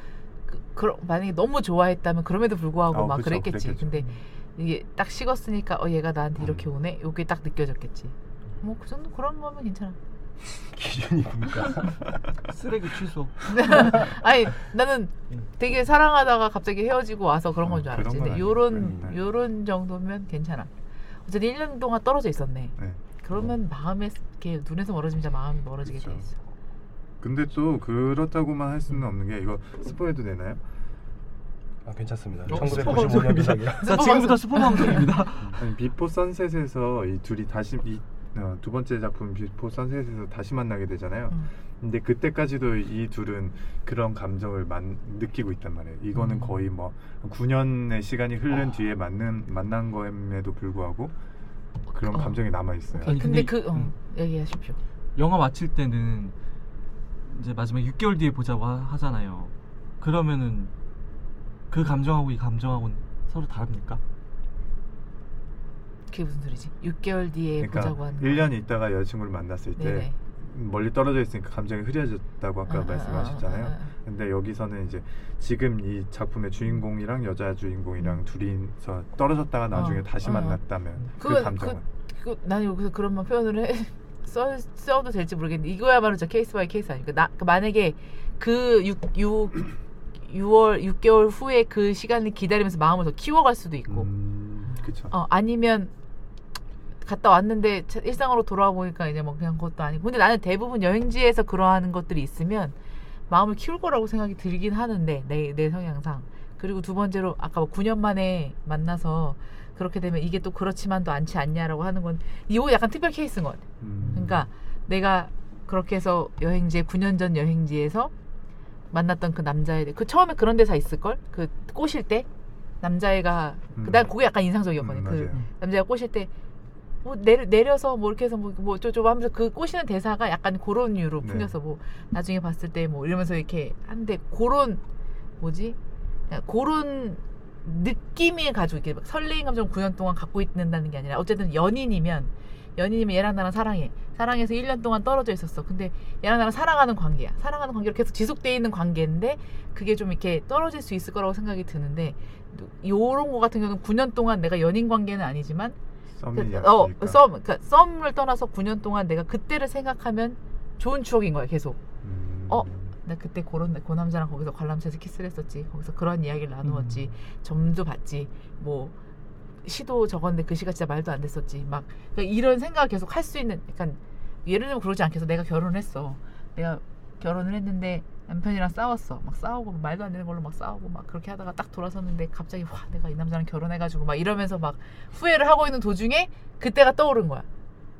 [SPEAKER 2] 그, 그러, 만약에 너무 좋아했다면 그럼에도 불구하고
[SPEAKER 4] 아,
[SPEAKER 2] 막
[SPEAKER 4] 그쵸,
[SPEAKER 2] 그랬겠지
[SPEAKER 4] 그랬겠죠.
[SPEAKER 2] 근데 이게 딱 식었으니까 어 얘가 나한테 이렇게
[SPEAKER 4] 음.
[SPEAKER 2] 오네 요게 딱 느껴졌겠지 뭐 그 정도 그런 거면 괜찮아
[SPEAKER 1] 기준이 뭔가
[SPEAKER 3] 쓰레기 취소.
[SPEAKER 2] 아니 나는
[SPEAKER 3] 음.
[SPEAKER 2] 되게 사랑하다가 갑자기 헤어지고 와서 그런 건
[SPEAKER 4] 음,
[SPEAKER 2] 줄
[SPEAKER 4] 그런
[SPEAKER 2] 알았지
[SPEAKER 4] 건
[SPEAKER 2] 근데
[SPEAKER 4] 아니에요.
[SPEAKER 2] 요런
[SPEAKER 4] 네, 네.
[SPEAKER 2] 요런 정도면 괜찮아 어쨌든 1년 동안 떨어져 있었네
[SPEAKER 4] 네.
[SPEAKER 2] 그러면 마음에 이렇게 눈에서 멀어지면 진짜 마음이 멀어지게
[SPEAKER 4] 그쵸. 네.
[SPEAKER 2] 돼 있어
[SPEAKER 4] 근데 또 그렇다고만 할 수는 없는 게 이거 스포해도 되나요?
[SPEAKER 1] 아, 괜찮습니다.
[SPEAKER 3] 어, 스포
[SPEAKER 1] 1995년
[SPEAKER 3] 방송입니다.
[SPEAKER 1] 시작이요.
[SPEAKER 3] 자 지금부터 스포 방송입니다.
[SPEAKER 4] 아니 비포 선셋에서 이 둘이 다시 이, 어, 두 번째 작품 비포 선셋에서 다시 만나게 되잖아요.
[SPEAKER 2] 음.
[SPEAKER 4] 근데 그때까지도 이 둘은 그런 감정을 만, 느끼고 있단 말이에요. 이거는
[SPEAKER 2] 음. 아.
[SPEAKER 4] 거의 뭐 9년의 시간이 흐른 뒤에 만난 만난 거임에도 불구하고 그런
[SPEAKER 2] 어.
[SPEAKER 4] 감정이 남아 있어요.
[SPEAKER 3] 오케이. 아니,
[SPEAKER 2] 근데
[SPEAKER 3] 근데
[SPEAKER 2] 그 어,
[SPEAKER 3] 음.
[SPEAKER 2] 얘기하십시오
[SPEAKER 3] 영화 마칠 때는 이제 마지막 6개월 뒤에 보자고 하- 하잖아요. 그러면은 그 감정하고 이 감정하고는 서로 다릅니까?
[SPEAKER 2] 그게 무슨 소리지 6개월 뒤에 보자고
[SPEAKER 4] 그러니까
[SPEAKER 2] 하는 거.
[SPEAKER 4] 1년 있다가 여자친구를 만났을 때
[SPEAKER 2] 네네.
[SPEAKER 4] 멀리 떨어져 있으니까 감정이 흐려졌다고 아까
[SPEAKER 2] 아, 아,
[SPEAKER 4] 말씀하셨잖아요.
[SPEAKER 2] 아, 아, 아.
[SPEAKER 4] 근데 여기서는 이제 지금 이 작품의 주인공이랑 여자 주인공이랑 둘이서 떨어졌다가 나중에
[SPEAKER 2] 어,
[SPEAKER 4] 다시
[SPEAKER 2] 어.
[SPEAKER 4] 만났다면 그
[SPEAKER 2] 그건
[SPEAKER 4] 감정은
[SPEAKER 2] 그거 난 여기서 그런 말 표현을 해 써, 써도 될지 모르겠는데 이거야말로 진짜 케이스 바이 케이스 아닙니까? 나, 그 만약에 그 6, 6, 6월 6개월 후에 그 시간을 기다리면서 마음을 더 키워갈 수도 있고
[SPEAKER 4] 음, 그쵸.
[SPEAKER 2] 어, 아니면 갔다 왔는데 차- 일상으로 돌아와 보니까 이제 뭐 그냥 그것도 아니고 근데 나는 대부분 여행지에서 그러한 것들이 있으면 마음을 키울 거라고 생각이 들긴 하는데 내 내 성향상 그리고 두 번째로 아까 뭐 9년 만에 만나서 그렇게 되면 이게 또 그렇지만 또 않지 않냐라고 하는 건 이거 약간 특별 케이스인 것 같아.
[SPEAKER 4] 음.
[SPEAKER 2] 그러니까 내가 그렇게 해서 여행지에 9년 전 여행지에서 만났던 그 남자애 그 처음에 그런 데사 있을 걸그 꼬실 때 남자애가
[SPEAKER 4] 음.
[SPEAKER 2] 난 그게 약간 인상적이었거든
[SPEAKER 4] 음,
[SPEAKER 2] 요그
[SPEAKER 4] 맞아요.
[SPEAKER 2] 남자가 꼬실 때뭐 내려 내려서 뭐 이렇게 해서 뭐뭐 쪼쪼 하면서 그 꼬시는 대사가 약간 그런 이유로
[SPEAKER 4] 네.
[SPEAKER 2] 풍겨서 뭐 나중에 봤을 때 뭐 이러면서 이렇게 하는데 그런 뭐지 그러니까 그냥 그런 느낌을 가지고 이렇게 막 설레인 감정 9년 동안 갖고 있는다는 게 아니라 어쨌든 연인이면 연인이면 얘랑 나랑 사랑해 사랑해서 1년 동안 떨어져 있었어 근데 얘랑 나랑 사랑하는 관계야 사랑하는 관계로 계속 지속돼 있는 관계인데 그게 좀 이렇게 떨어질 수 있을 거라고 생각이 드는데 요런 거 같은 경우는 9년 동안 내가 연인 관계는 아니지만 그,
[SPEAKER 4] 썸이니까.
[SPEAKER 2] 어, 썸, 그러니까 썸을 떠나서 9년 동안 내가 그때를 생각하면 좋은 추억인 거야 계속.
[SPEAKER 4] 음.
[SPEAKER 2] 어. 나 그때 그런 그 남자랑 거기서 관람차에서 키스를 했었지. 거기서 그런 이야기를 나누었지.
[SPEAKER 4] 음.
[SPEAKER 2] 점도 봤지. 뭐 시도 적었는데 글씨가 진짜 말도 안 됐었지. 막 그러니까 이런 생각을 계속 할 수 있는. 약간 예를 들면 그러지 않겠어. 내가 결혼을 했어. 내가 결혼을 했는데 남편이랑 싸웠어. 막 싸우고 말도 안 되는 걸로 막 싸우고 막 그렇게 하다가 딱 돌아섰는데 갑자기 와 내가 이 남자랑 결혼해가지고 막 이러면서 막 후회를 하고 있는 도중에 그때가 떠오른 거야.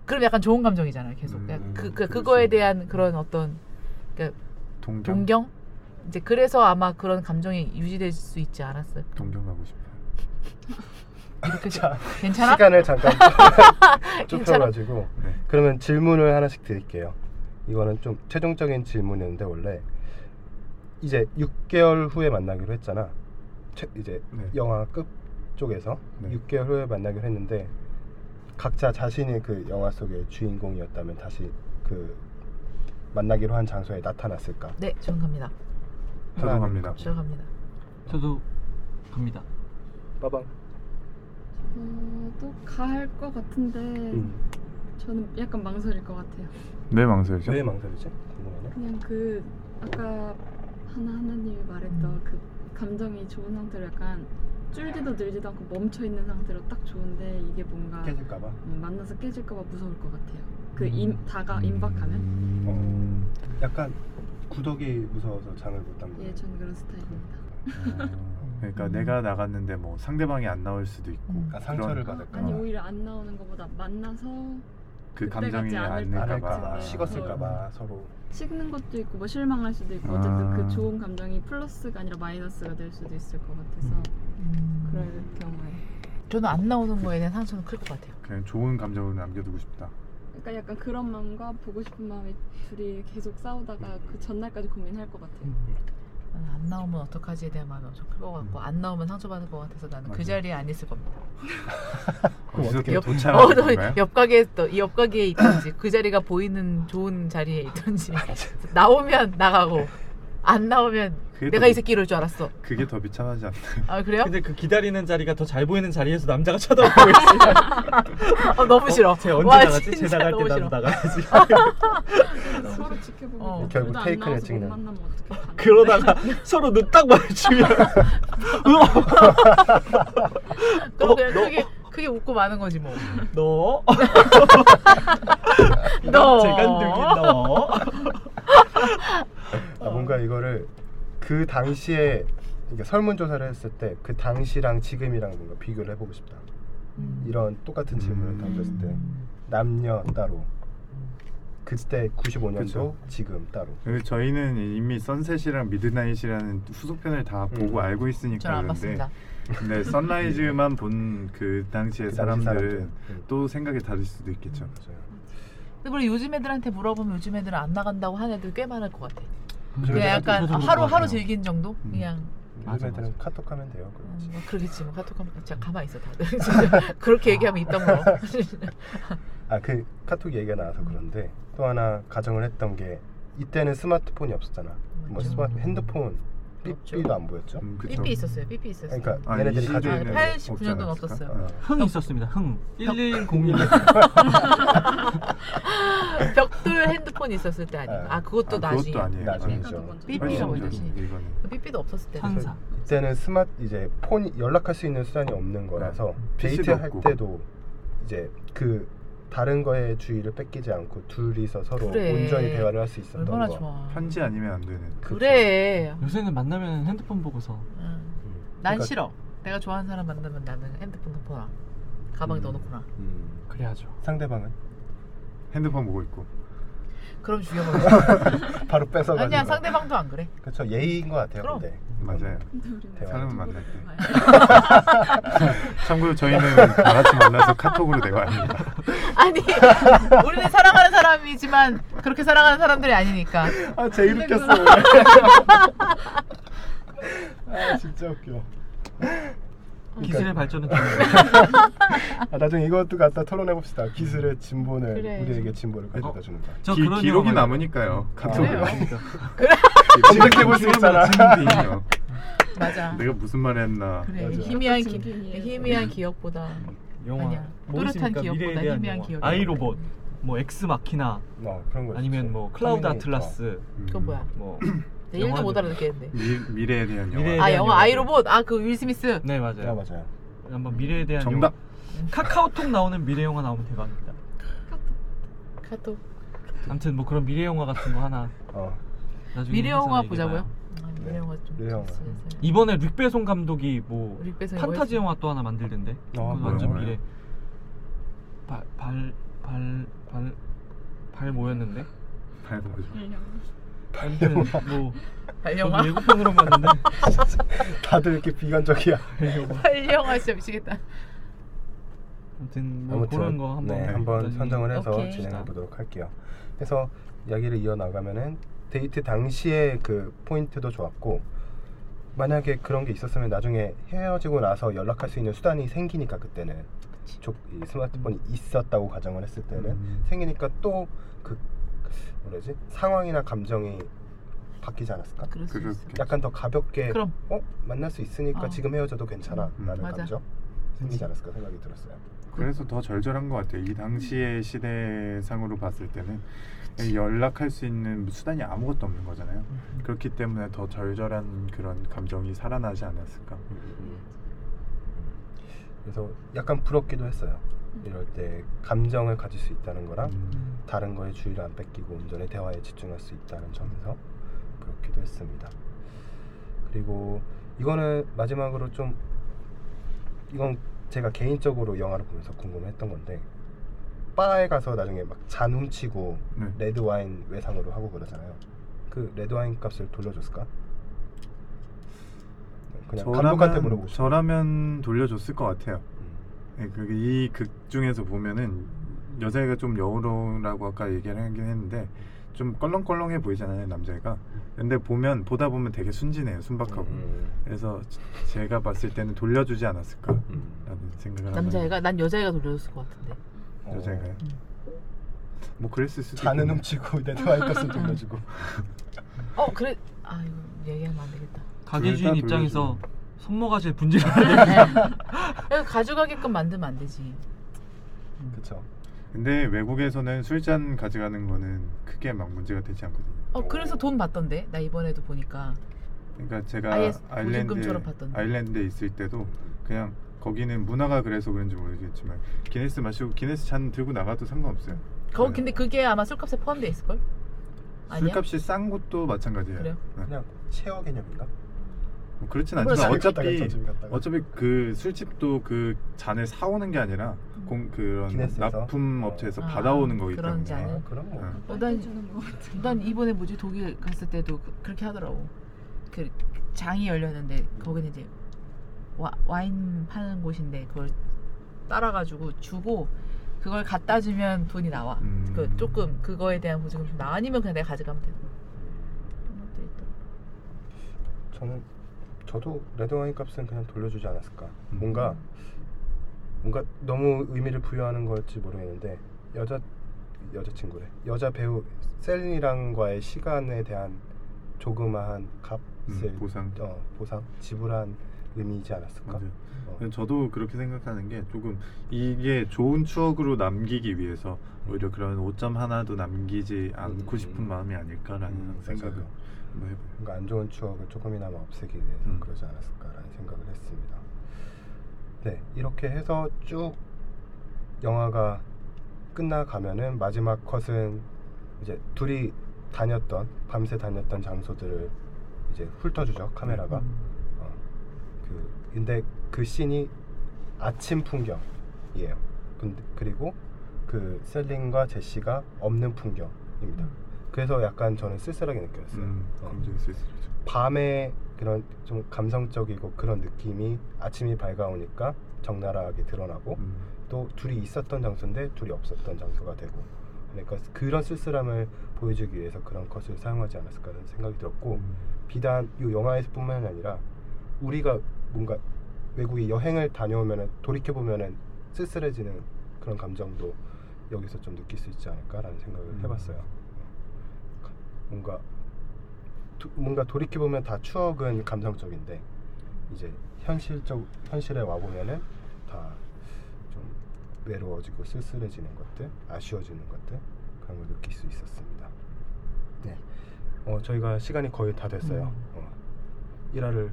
[SPEAKER 2] 그럼 약간 좋은 감정이잖아요. 계속
[SPEAKER 4] 음,
[SPEAKER 2] 그냥 그,
[SPEAKER 4] 음,
[SPEAKER 2] 그
[SPEAKER 4] 그럴
[SPEAKER 2] 그거에
[SPEAKER 4] 수 있네.
[SPEAKER 2] 대한 그런 어떤
[SPEAKER 4] 동경.
[SPEAKER 2] 동경 이제 그래서 아마 그런 감정이 유지될 수 있지 않았어요.
[SPEAKER 4] 동경 가고 싶어요.
[SPEAKER 2] 이렇게
[SPEAKER 1] 자,
[SPEAKER 2] 괜찮아?
[SPEAKER 1] 시간을 잠깐
[SPEAKER 2] 괜찮아?
[SPEAKER 1] 좁혀가지고
[SPEAKER 4] 네.
[SPEAKER 1] 그러면 질문을 하나씩 드릴게요. 이거는 좀 최종적인 질문이었는데 원래 이제 6개월 후에 만나기로 했잖아. 최- 이제
[SPEAKER 4] 네.
[SPEAKER 1] 영화 끝 쪽에서
[SPEAKER 4] 네.
[SPEAKER 1] 6개월 후에 만나기로 했는데 각자 자신이 그 영화 속의 주인공이었다면 다시 그 만나기로 한 장소에 나타났을까?
[SPEAKER 2] 네, 저는 갑니다.
[SPEAKER 4] 저도 갑니다.
[SPEAKER 2] 저 갑니다.
[SPEAKER 3] 저도 갑니다.
[SPEAKER 1] 빠방.
[SPEAKER 5] 저도 어, 가할 것 같은데
[SPEAKER 1] 음.
[SPEAKER 5] 저는 약간 망설일 것 같아요.
[SPEAKER 4] 왜 네, 망설이죠?
[SPEAKER 1] 왜 망설이지? 궁금하네.
[SPEAKER 5] 그냥 그 아까 하나 하나님이 말했던
[SPEAKER 2] 음.
[SPEAKER 5] 그 감정이 좋은 상태로 약간 줄지도 늘지도 않고 멈춰 있는 상태로 딱 좋은데 이게 뭔가
[SPEAKER 1] 깨질까봐.
[SPEAKER 5] 음, 만나서 깨질까봐 무서울 것 같아요. 그
[SPEAKER 4] 네. 음.
[SPEAKER 5] 임, 다가 임박하면
[SPEAKER 4] 음.
[SPEAKER 1] 약간 구덕이 무서워서 장을 못 담그는.
[SPEAKER 5] 예, 저는 그런 스타일입니다.
[SPEAKER 4] 아, 그러니까
[SPEAKER 2] 음.
[SPEAKER 4] 내가 나갔는데 뭐 상대방이 안 나올 수도 있고
[SPEAKER 2] 음.
[SPEAKER 1] 아, 상처를
[SPEAKER 4] 그런
[SPEAKER 1] 받을까
[SPEAKER 5] 아니
[SPEAKER 1] 봐.
[SPEAKER 5] 오히려 안 나오는 것보다 만나서
[SPEAKER 4] 그
[SPEAKER 5] 그때
[SPEAKER 4] 감정이
[SPEAKER 5] 같지
[SPEAKER 4] 안
[SPEAKER 5] 않을까
[SPEAKER 1] 안할까
[SPEAKER 5] 봐.
[SPEAKER 1] 봐,
[SPEAKER 4] 될까봐
[SPEAKER 5] 네.
[SPEAKER 1] 아, 식었을까 봐 서로.
[SPEAKER 5] 식는 것도 있고 뭐 실망할 수도 있고 어쨌든
[SPEAKER 4] 아.
[SPEAKER 5] 그 좋은 감정이 플러스가 아니라 마이너스가 될 수도 있을 것 같아서
[SPEAKER 2] 음,
[SPEAKER 5] 그럴 경우에
[SPEAKER 2] 저는 안 나오는 거에 대한 상처는 클 것 같아요.
[SPEAKER 4] 그냥 좋은 감정으로 남겨두고 싶다.
[SPEAKER 5] 그러니까 약간 그런 마음과 보고 싶은 마음이 둘이 계속 싸우다가 그 전날까지 고민할 것 같아요.
[SPEAKER 1] 음.
[SPEAKER 2] 음. 나는 안 나오면 어떡하지에 대한 마음이 엄청 클 것 같고 안 나오면 상처받을 것 같아서 나는
[SPEAKER 4] 맞아요.
[SPEAKER 2] 그 자리에 안 있을 겁니다.
[SPEAKER 4] 어디서
[SPEAKER 1] 어떻게
[SPEAKER 4] 또
[SPEAKER 2] 어,
[SPEAKER 4] 도착하는
[SPEAKER 2] 너
[SPEAKER 4] 건가요?
[SPEAKER 2] 옆 가게에 또, 옆 가게에 있든지 그 자리가 보이는 좋은 자리에 있든지 나오면 나가고 안 나오면
[SPEAKER 4] 그게
[SPEAKER 2] 내가
[SPEAKER 4] 더,
[SPEAKER 2] 이 새끼 이럴 줄 알았어.
[SPEAKER 4] 그게 더 비참하지 않나?
[SPEAKER 2] 아 그래요?
[SPEAKER 3] 근데 그 기다리는 자리가 더 잘 보이는 자리에서 남자가 쳐다보고 있어요.
[SPEAKER 2] 어, 너무 싫어.
[SPEAKER 3] 쟤 언제
[SPEAKER 2] 와,
[SPEAKER 3] 나가지? 쟤
[SPEAKER 2] 진짜
[SPEAKER 3] 나갈 때
[SPEAKER 2] 너무
[SPEAKER 3] 나도
[SPEAKER 2] 싫어.
[SPEAKER 3] 나가야지.
[SPEAKER 5] 서로 지켜보고
[SPEAKER 2] 어.
[SPEAKER 5] 있고
[SPEAKER 1] 결국
[SPEAKER 5] 둘다 안
[SPEAKER 1] 테이크를
[SPEAKER 5] 나와서
[SPEAKER 1] 찍는.
[SPEAKER 5] 못 만나면 어떡해?
[SPEAKER 3] 그러다가 서로 눈 딱 마주치면 어?
[SPEAKER 2] 그럼 그냥 크게 크게 웃고 마는 거지 뭐.
[SPEAKER 3] 너?
[SPEAKER 2] 너.
[SPEAKER 3] 재간둥이 너?
[SPEAKER 1] 아, 뭔가 이거를 그 당시에 이게 설문조사를 했을 때 그 당시랑 지금이랑 뭔가 비교를 해보고 싶다.
[SPEAKER 5] 음.
[SPEAKER 1] 이런 똑같은 질문을
[SPEAKER 4] 음.
[SPEAKER 1] 던졌을 때 남녀 따로 그때 95년도
[SPEAKER 4] 그쵸.
[SPEAKER 1] 지금 따로
[SPEAKER 4] 그리고 저희는 이미 선셋이랑 미드나잇이라는 후속편을 다 보고 알고 있으니까
[SPEAKER 2] 저안
[SPEAKER 4] 그런데
[SPEAKER 2] 봤습니다.
[SPEAKER 4] 근데 선라이즈만 본 그 당시의
[SPEAKER 1] 그 당시
[SPEAKER 4] 사람들은
[SPEAKER 1] 응.
[SPEAKER 4] 또 생각이 다를 수도 있겠죠.
[SPEAKER 1] 맞아요.
[SPEAKER 2] 근데 우리 요즘 애들한테 물어보면 요즘 애들은 안 나간다고 하는 애들 꽤 많을 것 같아.
[SPEAKER 1] 그래,
[SPEAKER 2] 그냥 약간
[SPEAKER 3] 저도 그럴
[SPEAKER 2] 하루
[SPEAKER 3] 것
[SPEAKER 2] 하루
[SPEAKER 3] 같아요.
[SPEAKER 2] 즐긴 정도?
[SPEAKER 4] 음.
[SPEAKER 2] 그냥
[SPEAKER 1] 요즘
[SPEAKER 3] 맞아,
[SPEAKER 1] 애들은 카톡하면 돼요.
[SPEAKER 2] 음,
[SPEAKER 1] 그렇지.
[SPEAKER 2] 뭐 그러겠지 뭐 카톡하면 진짜 가만히 있어 다들 진짜 그렇게 얘기하면 입던 거.
[SPEAKER 1] 아그 카톡 얘기가 나와서 그런데 또 하나 가정을 했던 게 이때는 스마트폰이 없었잖아. 뭐
[SPEAKER 2] 맞죠.
[SPEAKER 1] 스마트 핸드폰
[SPEAKER 2] 없죠.
[SPEAKER 1] 삐삐도 안 보였죠.
[SPEAKER 4] 음, 그쵸.
[SPEAKER 2] 음. 삐삐 있었어요. 삐삐 있었어요.
[SPEAKER 1] 그러니까
[SPEAKER 4] 아니,
[SPEAKER 1] 얘네들이
[SPEAKER 4] 이
[SPEAKER 1] 가지고
[SPEAKER 4] 시대에는
[SPEAKER 1] 있는
[SPEAKER 2] 아, 89 년도는
[SPEAKER 4] 없지 않았을까?
[SPEAKER 2] 없었어요.
[SPEAKER 1] 어.
[SPEAKER 3] 흥 있었습니다. 흥.
[SPEAKER 2] 네.
[SPEAKER 3] 1101.
[SPEAKER 2] 벽돌 핸드폰 있었을 때 아니에요. 아 그것도
[SPEAKER 4] 아,
[SPEAKER 2] 나중에.
[SPEAKER 4] 그것도 아니에요. 네.
[SPEAKER 1] 나중에.
[SPEAKER 5] 나도 먼저
[SPEAKER 2] 삐삐가
[SPEAKER 4] 훨씬
[SPEAKER 2] 먼저
[SPEAKER 4] 전,
[SPEAKER 2] 시작.
[SPEAKER 4] 이거는.
[SPEAKER 2] 삐삐도 없었을 때.
[SPEAKER 3] 항상.
[SPEAKER 1] 이때는 스마트 이제 폰이 연락할 수 있는 수단이 없는 거라서
[SPEAKER 4] PC 도
[SPEAKER 1] 데이트 할
[SPEAKER 4] 없고.
[SPEAKER 1] 때도 이제 그 다른 거에 주의를 뺏기지 않고 둘이서 서로
[SPEAKER 2] 그래.
[SPEAKER 1] 온전히 대화를 할 수 있었던
[SPEAKER 2] 얼마나
[SPEAKER 1] 거.
[SPEAKER 2] 좋아.
[SPEAKER 4] 편지 아니면 안 되는.
[SPEAKER 2] 그래.
[SPEAKER 3] 요새는 만나면 핸드폰 보고서
[SPEAKER 2] 응.
[SPEAKER 1] 음.
[SPEAKER 2] 난
[SPEAKER 1] 그러니까,
[SPEAKER 2] 싫어. 내가 좋아하는 사람 만나면 나는 핸드폰 놓고 나. 가방에
[SPEAKER 4] 음.
[SPEAKER 2] 넣어놓고 나.
[SPEAKER 1] 음,
[SPEAKER 3] 그래야죠.
[SPEAKER 1] 상대방은
[SPEAKER 4] 핸드폰 보고 있고.
[SPEAKER 2] 그럼 죽여버려.
[SPEAKER 1] 바로 뺏어가지고.
[SPEAKER 2] 아니야 상대방도 안 그래.
[SPEAKER 1] 그렇죠 예의인 것 같아요.
[SPEAKER 2] 그럼.
[SPEAKER 1] 근데
[SPEAKER 4] 맞아요.
[SPEAKER 5] 근데 우리는
[SPEAKER 1] 대화는
[SPEAKER 5] 카톡으로
[SPEAKER 4] 만날 때.
[SPEAKER 5] 대화해요.
[SPEAKER 4] 참고로 저희는 다 같이 만나서 카톡으로 대화합니다.
[SPEAKER 2] 아니 우리는 사랑하는 사람이지만 그렇게 사랑하는 사람들이 아니니까.
[SPEAKER 1] 아 제일
[SPEAKER 5] 근데
[SPEAKER 1] 웃겼어.
[SPEAKER 5] 그거는
[SPEAKER 1] 아 진짜 웃겨.
[SPEAKER 2] 어.
[SPEAKER 3] 기술의
[SPEAKER 2] 그러니까
[SPEAKER 3] 발전은
[SPEAKER 1] 아, 나중에 이것도 갖다 토론해 봅시다. 기술의 진보는
[SPEAKER 5] 그래.
[SPEAKER 1] 우리에게 진보를 가져다
[SPEAKER 3] 어?
[SPEAKER 1] 주는다.
[SPEAKER 3] 저
[SPEAKER 4] 기,
[SPEAKER 3] 그런
[SPEAKER 4] 기록이
[SPEAKER 3] 영화 많이-
[SPEAKER 4] 남으니까요.
[SPEAKER 2] 아,
[SPEAKER 1] 그래요?
[SPEAKER 4] 카톡으로.
[SPEAKER 1] 검색해볼 수 있잖아.
[SPEAKER 4] 지금도
[SPEAKER 2] 맞아.
[SPEAKER 4] 내가 무슨 말 했나.
[SPEAKER 2] 그래
[SPEAKER 1] 맞아.
[SPEAKER 2] 희미한 기,
[SPEAKER 5] 진기미에서.
[SPEAKER 2] 희미한 기억보다
[SPEAKER 3] 영화
[SPEAKER 2] 아니야.
[SPEAKER 3] 뭐
[SPEAKER 2] 또렷한
[SPEAKER 3] 있습니까? 미래에
[SPEAKER 2] 기억보다
[SPEAKER 3] 대한
[SPEAKER 2] 희미한
[SPEAKER 3] 영화.
[SPEAKER 2] 기억이.
[SPEAKER 3] 아이로봇, 뭐 엑스 마키나,
[SPEAKER 1] 어 그런 거.
[SPEAKER 3] 아니면
[SPEAKER 1] 있었죠.
[SPEAKER 3] 뭐 클라우드
[SPEAKER 1] 터미네이터.
[SPEAKER 3] 아틀라스,
[SPEAKER 4] 음,
[SPEAKER 2] 그건 뭐야?
[SPEAKER 3] 뭐
[SPEAKER 2] 내 일도 못
[SPEAKER 3] 영화는-
[SPEAKER 2] 알아듣겠는데.
[SPEAKER 4] 미, 미래에 대한 영화.
[SPEAKER 3] 미래에
[SPEAKER 2] 아
[SPEAKER 3] 대한
[SPEAKER 2] 영화
[SPEAKER 3] 영화들.
[SPEAKER 2] 아이로봇 아 그 윌 스미스
[SPEAKER 3] 네
[SPEAKER 1] 네
[SPEAKER 3] 맞아요.
[SPEAKER 1] 맞아요.
[SPEAKER 3] 한번 미래에 대한
[SPEAKER 4] 정답.
[SPEAKER 3] 영화. 카카오톡 나오는 미래 영화 나오면 대박입니다.
[SPEAKER 5] 카톡
[SPEAKER 2] 카톡
[SPEAKER 3] 아무튼 뭐 그런 미래 영화 같은 거 하나
[SPEAKER 1] 어
[SPEAKER 3] 나중에
[SPEAKER 2] 미래 영화
[SPEAKER 3] 생각해봐요. 음.
[SPEAKER 2] 보자고요. 아, 미래
[SPEAKER 1] 네.
[SPEAKER 2] 영화 좀
[SPEAKER 1] 미래 영화.
[SPEAKER 2] 재밌어요.
[SPEAKER 3] 이번에 릭배송 감독이 뭐
[SPEAKER 2] 우리 빼서 이거
[SPEAKER 3] 판타지
[SPEAKER 2] 했어.
[SPEAKER 3] 영화 또 하나 만들던데.
[SPEAKER 2] 아,
[SPEAKER 3] 그건
[SPEAKER 1] 뭐야,
[SPEAKER 3] 완전
[SPEAKER 2] 네.
[SPEAKER 4] 뭐야?
[SPEAKER 3] 미래. 발발발발발 뭐였는데?
[SPEAKER 4] 발 보여줘.
[SPEAKER 5] 일년.
[SPEAKER 3] 아무튼 뭐
[SPEAKER 2] 발령아.
[SPEAKER 3] 저도 예고편으로 봤는데
[SPEAKER 1] 다들 이렇게 비관적이야.
[SPEAKER 2] 발령아 진짜 미치겠다.
[SPEAKER 3] 아무튼 뭐
[SPEAKER 1] 아무튼
[SPEAKER 3] 그런 거 한번
[SPEAKER 1] 네, 한번
[SPEAKER 3] 일단
[SPEAKER 1] 선정을 해서
[SPEAKER 2] 오케이.
[SPEAKER 1] 진행해 보도록 할게요. 그래서 이야기를 이어 나가면은 데이트 당시의 그 포인트도 좋았고 만약에 그런 게 있었으면 나중에 헤어지고 나서 연락할 수 있는 수단이 생기니까 그때는 조- 이 스마트폰이 있었다고 가정을 했을 때는
[SPEAKER 3] 음.
[SPEAKER 1] 생기니까 또 그 뭐라지 상황이나 감정이 바뀌지 않았을까?
[SPEAKER 2] 그럴 수 있어.
[SPEAKER 4] 그렇게
[SPEAKER 1] 약간 더 가볍게
[SPEAKER 2] 그럼
[SPEAKER 1] 어 만날 수 있으니까
[SPEAKER 2] 어.
[SPEAKER 1] 지금 헤어져도 괜찮아
[SPEAKER 4] 음,
[SPEAKER 1] 라는
[SPEAKER 2] 맞아.
[SPEAKER 1] 감정 생기지 않았을까 생각이 들었어요.
[SPEAKER 4] 그래서 더 절절한 것 같아요. 이 당시의 시대상으로 봤을 때는 연락할 수 있는 수단이 아무것도 없는 거잖아요.
[SPEAKER 3] 음.
[SPEAKER 4] 그렇기 때문에 더 절절한 그런 감정이 살아나지 않았을까.
[SPEAKER 1] 음. 그래서 약간 부럽기도 했어요. 이럴 때 감정을 가질 수 있다는 거랑
[SPEAKER 4] 음.
[SPEAKER 1] 다른 거에 주의를 안 뺏기고 운전의 대화에 집중할 수 있다는 점에서 그렇기도 했습니다. 그리고 이거는 마지막으로 좀 이건 제가 개인적으로 영화를 보면서 궁금했던 건데 바에 가서 나중에 막 잔 훔치고
[SPEAKER 4] 네.
[SPEAKER 1] 레드 와인 외상으로 하고 그러잖아요. 그 레드 와인 값을 돌려줬을까? 네, 그냥 감독한테 물어보고 싶어요.
[SPEAKER 4] 저라면 돌려줬을 것 같아요.
[SPEAKER 1] 음,
[SPEAKER 4] 네, 그게 이 극 중에서 보면은 여자애가 좀 여우로라고 아까 얘기를 하긴 했는데 좀 껄렁껄렁해 보이잖아요 남자애가. 근데 보면 보다 보면 되게 순진해요 순박하고.
[SPEAKER 1] 음,
[SPEAKER 4] 그래서 제가 봤을 때는 돌려주지 않았을까라는
[SPEAKER 1] 음.
[SPEAKER 4] 생각을
[SPEAKER 2] 남자애가 난 여자애가 돌려줬을 것 같은데.
[SPEAKER 1] 어,
[SPEAKER 4] 하네요. 여자애가요. 뭐 그랬을 수도
[SPEAKER 1] 잔은
[SPEAKER 4] 있겠네요.
[SPEAKER 1] 훔치고 레드 와인 값을 돌려주고
[SPEAKER 2] 어 그래. 아 이거 얘기하면 안 되겠다.
[SPEAKER 3] 가게
[SPEAKER 4] 둘
[SPEAKER 3] 주인
[SPEAKER 4] 다
[SPEAKER 3] 입장에서
[SPEAKER 4] 돌려주는.
[SPEAKER 3] 손모가 제일 분질을
[SPEAKER 2] 이거 가져가게끔 만들면 안 되지.
[SPEAKER 1] 그쵸.
[SPEAKER 4] 근데 외국에서는 술잔 가져가는 거는 크게 막 문제가 되지 않거든요.
[SPEAKER 2] 어 그래서 돈 받던데 나 이번에도 보니까
[SPEAKER 4] 그러니까 제가
[SPEAKER 2] 아예 보증금처럼
[SPEAKER 4] 아일랜드
[SPEAKER 2] 받던데.
[SPEAKER 4] 아일랜드에 있을 때도 그냥 거기는 문화가 그래서 그런지 모르겠지만 기네스 마시고 기네스 잔 들고 나가도 상관없어요.
[SPEAKER 2] 거 근데 그게 아마 술값에 포함돼 있을 걸? 아니야?
[SPEAKER 4] 술값이 싼 곳도 마찬가지예요.
[SPEAKER 2] 그래요?
[SPEAKER 4] 네.
[SPEAKER 1] 그냥 체어 개념인가?
[SPEAKER 4] 뭐 그렇진
[SPEAKER 1] 그걸 저기
[SPEAKER 4] 않지만
[SPEAKER 1] 갔다가
[SPEAKER 4] 어차피
[SPEAKER 1] 저기 갔다가.
[SPEAKER 4] 어차피 그 술집도 그 잔을 사오는 게 아니라
[SPEAKER 2] 음.
[SPEAKER 4] 공 그런
[SPEAKER 1] 기네스에서?
[SPEAKER 4] 납품 업체에서
[SPEAKER 2] 아,
[SPEAKER 4] 받아오는 거기 때문에
[SPEAKER 2] 그런 잔을?
[SPEAKER 1] 아, 그럼 뭐.
[SPEAKER 4] 응.
[SPEAKER 2] 어, 난-
[SPEAKER 5] 빨리 주는 거 같아.
[SPEAKER 2] 난 이번에 뭐지 독일 갔을 때도 그- 그렇게 하더라고. 그 장이 열렸는데 거기는 이제 와, 와인 파는 곳인데 그걸 따라가지고 주고 그걸 갖다 주면 돈이 나와.
[SPEAKER 4] 음.
[SPEAKER 2] 그 조금 그거에 대한 보증금 좀 나. 아니면 그냥 내가 가져가면 되는 거. 그런 것도 있더라고.
[SPEAKER 1] 저는 저도 레드 와인 값은 그냥 돌려주지 않았을까.
[SPEAKER 4] 음.
[SPEAKER 1] 뭔가 뭔가 너무 의미를 부여하는 걸지 모르겠는데 여자 여자 친구래 여자 배우 셀린이랑과의 시간에 대한 조그마한 값을
[SPEAKER 4] 음, 보상.
[SPEAKER 1] 어, 보상 지불한 의미이지 않았을까.
[SPEAKER 4] 맞아요.
[SPEAKER 1] 어.
[SPEAKER 4] 저도 그렇게 생각하는 게 조금 이게 좋은 추억으로 남기기 위해서 오히려 그런 오점 하나도 남기지 않고
[SPEAKER 1] 음.
[SPEAKER 4] 싶은 마음이 아닐까라는
[SPEAKER 1] 음,
[SPEAKER 4] 생각을
[SPEAKER 1] 맞아요.
[SPEAKER 4] 한번 해봐요.
[SPEAKER 1] 뭔가 안 좋은 추억을 조금이나마 없애기 위해서
[SPEAKER 4] 음.
[SPEAKER 1] 그러지 않았을까라는 생각을 했습니다. 네, 이렇게 해서 쭉 영화가 끝나가면은 마지막 컷은 이제 둘이 다녔던 밤새 다녔던 장소들을 이제 훑어주죠 카메라가.
[SPEAKER 4] 음,
[SPEAKER 1] 어, 그 근데 그 씬이 아침 풍경이에요. 근데 그리고 그 셀린과 제시가 없는 풍경입니다. 그래서 약간 저는 쓸쓸하게 느껴졌어요.
[SPEAKER 4] 음,
[SPEAKER 1] 어.
[SPEAKER 4] 굉장히 쓸쓸하죠.
[SPEAKER 1] 밤에 그런 좀 감성적이고 그런 느낌이 아침이 밝아오니까 적나라하게 드러나고
[SPEAKER 4] 음,
[SPEAKER 1] 또 둘이 있었던 장소인데 둘이 없었던 장소가 되고 그러니까 그런 쓸쓸함을 보여주기 위해서 그런 컷을 사용하지 않았을까 라는 생각이 들었고 비단 이 영화에서뿐만 아니라 우리가 뭔가 외국에 여행을 다녀오면 돌이켜 보면은 쓸쓸해지는 그런 감정도 여기서 좀 느낄 수 있지 않을까라는 생각을
[SPEAKER 4] 음.
[SPEAKER 1] 해봤어요. 뭔가 도- 뭔가 돌이켜 보면 다 추억은 감성적인데 이제 현실적 현실에 와 보면은 다 좀 외로워지고 쓸쓸해지는 것들, 아쉬워지는 것들 그런 걸 느낄 수 있었습니다. 네, 어, 저희가 시간이 거의 다 됐어요.
[SPEAKER 2] 음.
[SPEAKER 1] 어, 1화를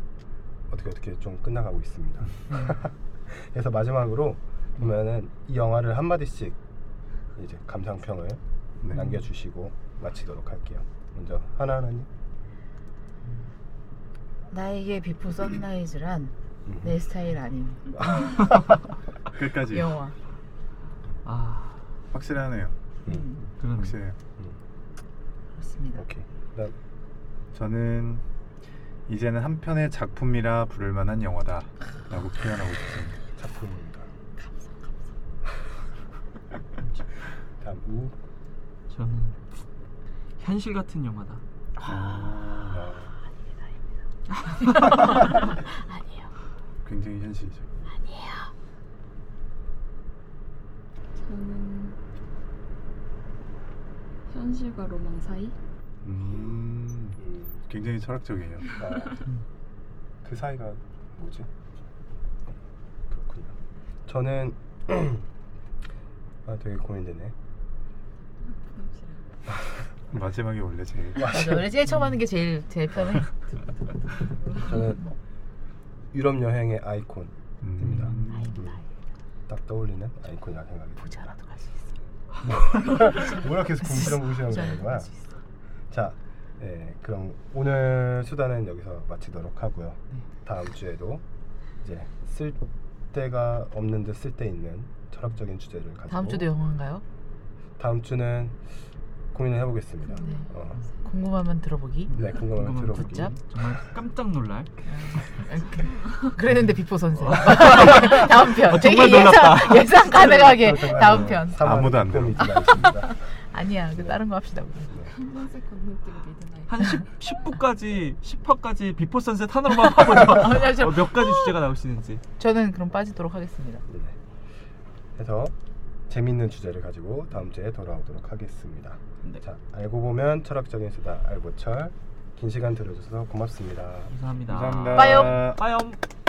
[SPEAKER 1] 어떻게 어떻게 좀 끝나가고 있습니다.
[SPEAKER 2] 음.
[SPEAKER 1] 그래서 마지막으로 보면은 이 영화를 한 마디씩 이제 감상평을
[SPEAKER 2] 음.
[SPEAKER 4] 네.
[SPEAKER 1] 남겨주시고 마치도록 할게요. 먼저 하나 하나님.
[SPEAKER 2] 나에게 비포 선라이즈란
[SPEAKER 1] 음.
[SPEAKER 2] 내 스타일 아닌
[SPEAKER 4] 끝까지
[SPEAKER 2] 영화.
[SPEAKER 3] 아
[SPEAKER 4] 확실하네요.
[SPEAKER 2] 음,
[SPEAKER 3] 그런
[SPEAKER 4] 확실해요.
[SPEAKER 2] 그렇습니다.
[SPEAKER 1] 오케이. 나
[SPEAKER 4] 저는 이제는 한 편의 작품이라 부를 만한 영화다라고 표현하고 싶습니다.
[SPEAKER 1] 작품입니다.
[SPEAKER 5] 감성 감성.
[SPEAKER 1] 다음 우.
[SPEAKER 3] 저는 현실 같은 영화다.
[SPEAKER 4] 음,
[SPEAKER 1] 아,
[SPEAKER 2] 아니에요.
[SPEAKER 4] 굉장히 현실이죠.
[SPEAKER 5] 저는 현실과 로망 사이.
[SPEAKER 4] 음,
[SPEAKER 1] 음,
[SPEAKER 4] 굉장히 철학적이에요.
[SPEAKER 1] 아,
[SPEAKER 2] 음.
[SPEAKER 1] 그 사이가 뭐지? 그렇군요. 저는 아 되게 고민되네.
[SPEAKER 5] 부담스러워.
[SPEAKER 4] 마지막에 원래 제일
[SPEAKER 2] 맞아. 원래 제일 처음 하는 게 제일 제일 편해.
[SPEAKER 1] 저는 유럽 여행의 아이콘 됩니다.
[SPEAKER 4] 음,
[SPEAKER 1] 딱 떠올리는 아이콘이라 생각이 듭니다.
[SPEAKER 2] 부자라도 갈 수 있어.
[SPEAKER 1] 뭐라 계속 공부랑 공시하는
[SPEAKER 2] 부자라도
[SPEAKER 1] 거야?
[SPEAKER 2] 갈 수 있어.
[SPEAKER 1] 자, 예, 그럼 오늘 수다는 여기서 마치도록 하고요. 다음 주에도 이제 쓸 데가 없는데 쓸 데 있는 철학적인 주제를 가지고
[SPEAKER 2] 다음 주도 영화인가요?
[SPEAKER 1] 다음 주는 고민을 해보겠습니다.
[SPEAKER 2] 네.
[SPEAKER 1] 어,
[SPEAKER 2] 궁금하면 들어보기.
[SPEAKER 1] 네, 궁금하면
[SPEAKER 3] 궁금하면
[SPEAKER 1] 들어보기.
[SPEAKER 2] 붙잡?
[SPEAKER 3] 정말 깜짝 놀랄.
[SPEAKER 2] 그랬는데 비포 선생. 다음 편.
[SPEAKER 3] 어,
[SPEAKER 2] 되게
[SPEAKER 3] 정말 놀랍다.
[SPEAKER 2] 예상, 예상 가능하게
[SPEAKER 1] 그렇다고
[SPEAKER 2] 다음
[SPEAKER 1] 하면
[SPEAKER 2] 편.
[SPEAKER 1] 사망의
[SPEAKER 4] 아무도 안
[SPEAKER 1] 꿈이
[SPEAKER 4] 들어.
[SPEAKER 1] 지나겠습니다.
[SPEAKER 2] 아니야. 그 다른 거 합시다. 우리.
[SPEAKER 5] 한번씩 건너뛰고 미드나잇.
[SPEAKER 3] 한 10, 10부까지 10화까지 비포 선셋 하나로만 파보자.
[SPEAKER 2] 어, 잠시만.
[SPEAKER 3] 어, 몇 가지 주제가 나올 수 있는지.
[SPEAKER 2] 저는 그럼 빠지도록 하겠습니다.
[SPEAKER 1] 네. 그래서 재밌는 주제를 가지고 다음 주에 돌아오도록 하겠습니다.
[SPEAKER 3] 네.
[SPEAKER 1] 자, 알고 보면 철학적인 수다 알보철 긴 시간 들어줘서 고맙습니다.
[SPEAKER 3] 감사합니다. 아,
[SPEAKER 4] 감사합니다.
[SPEAKER 2] 빠염.
[SPEAKER 3] 빠염.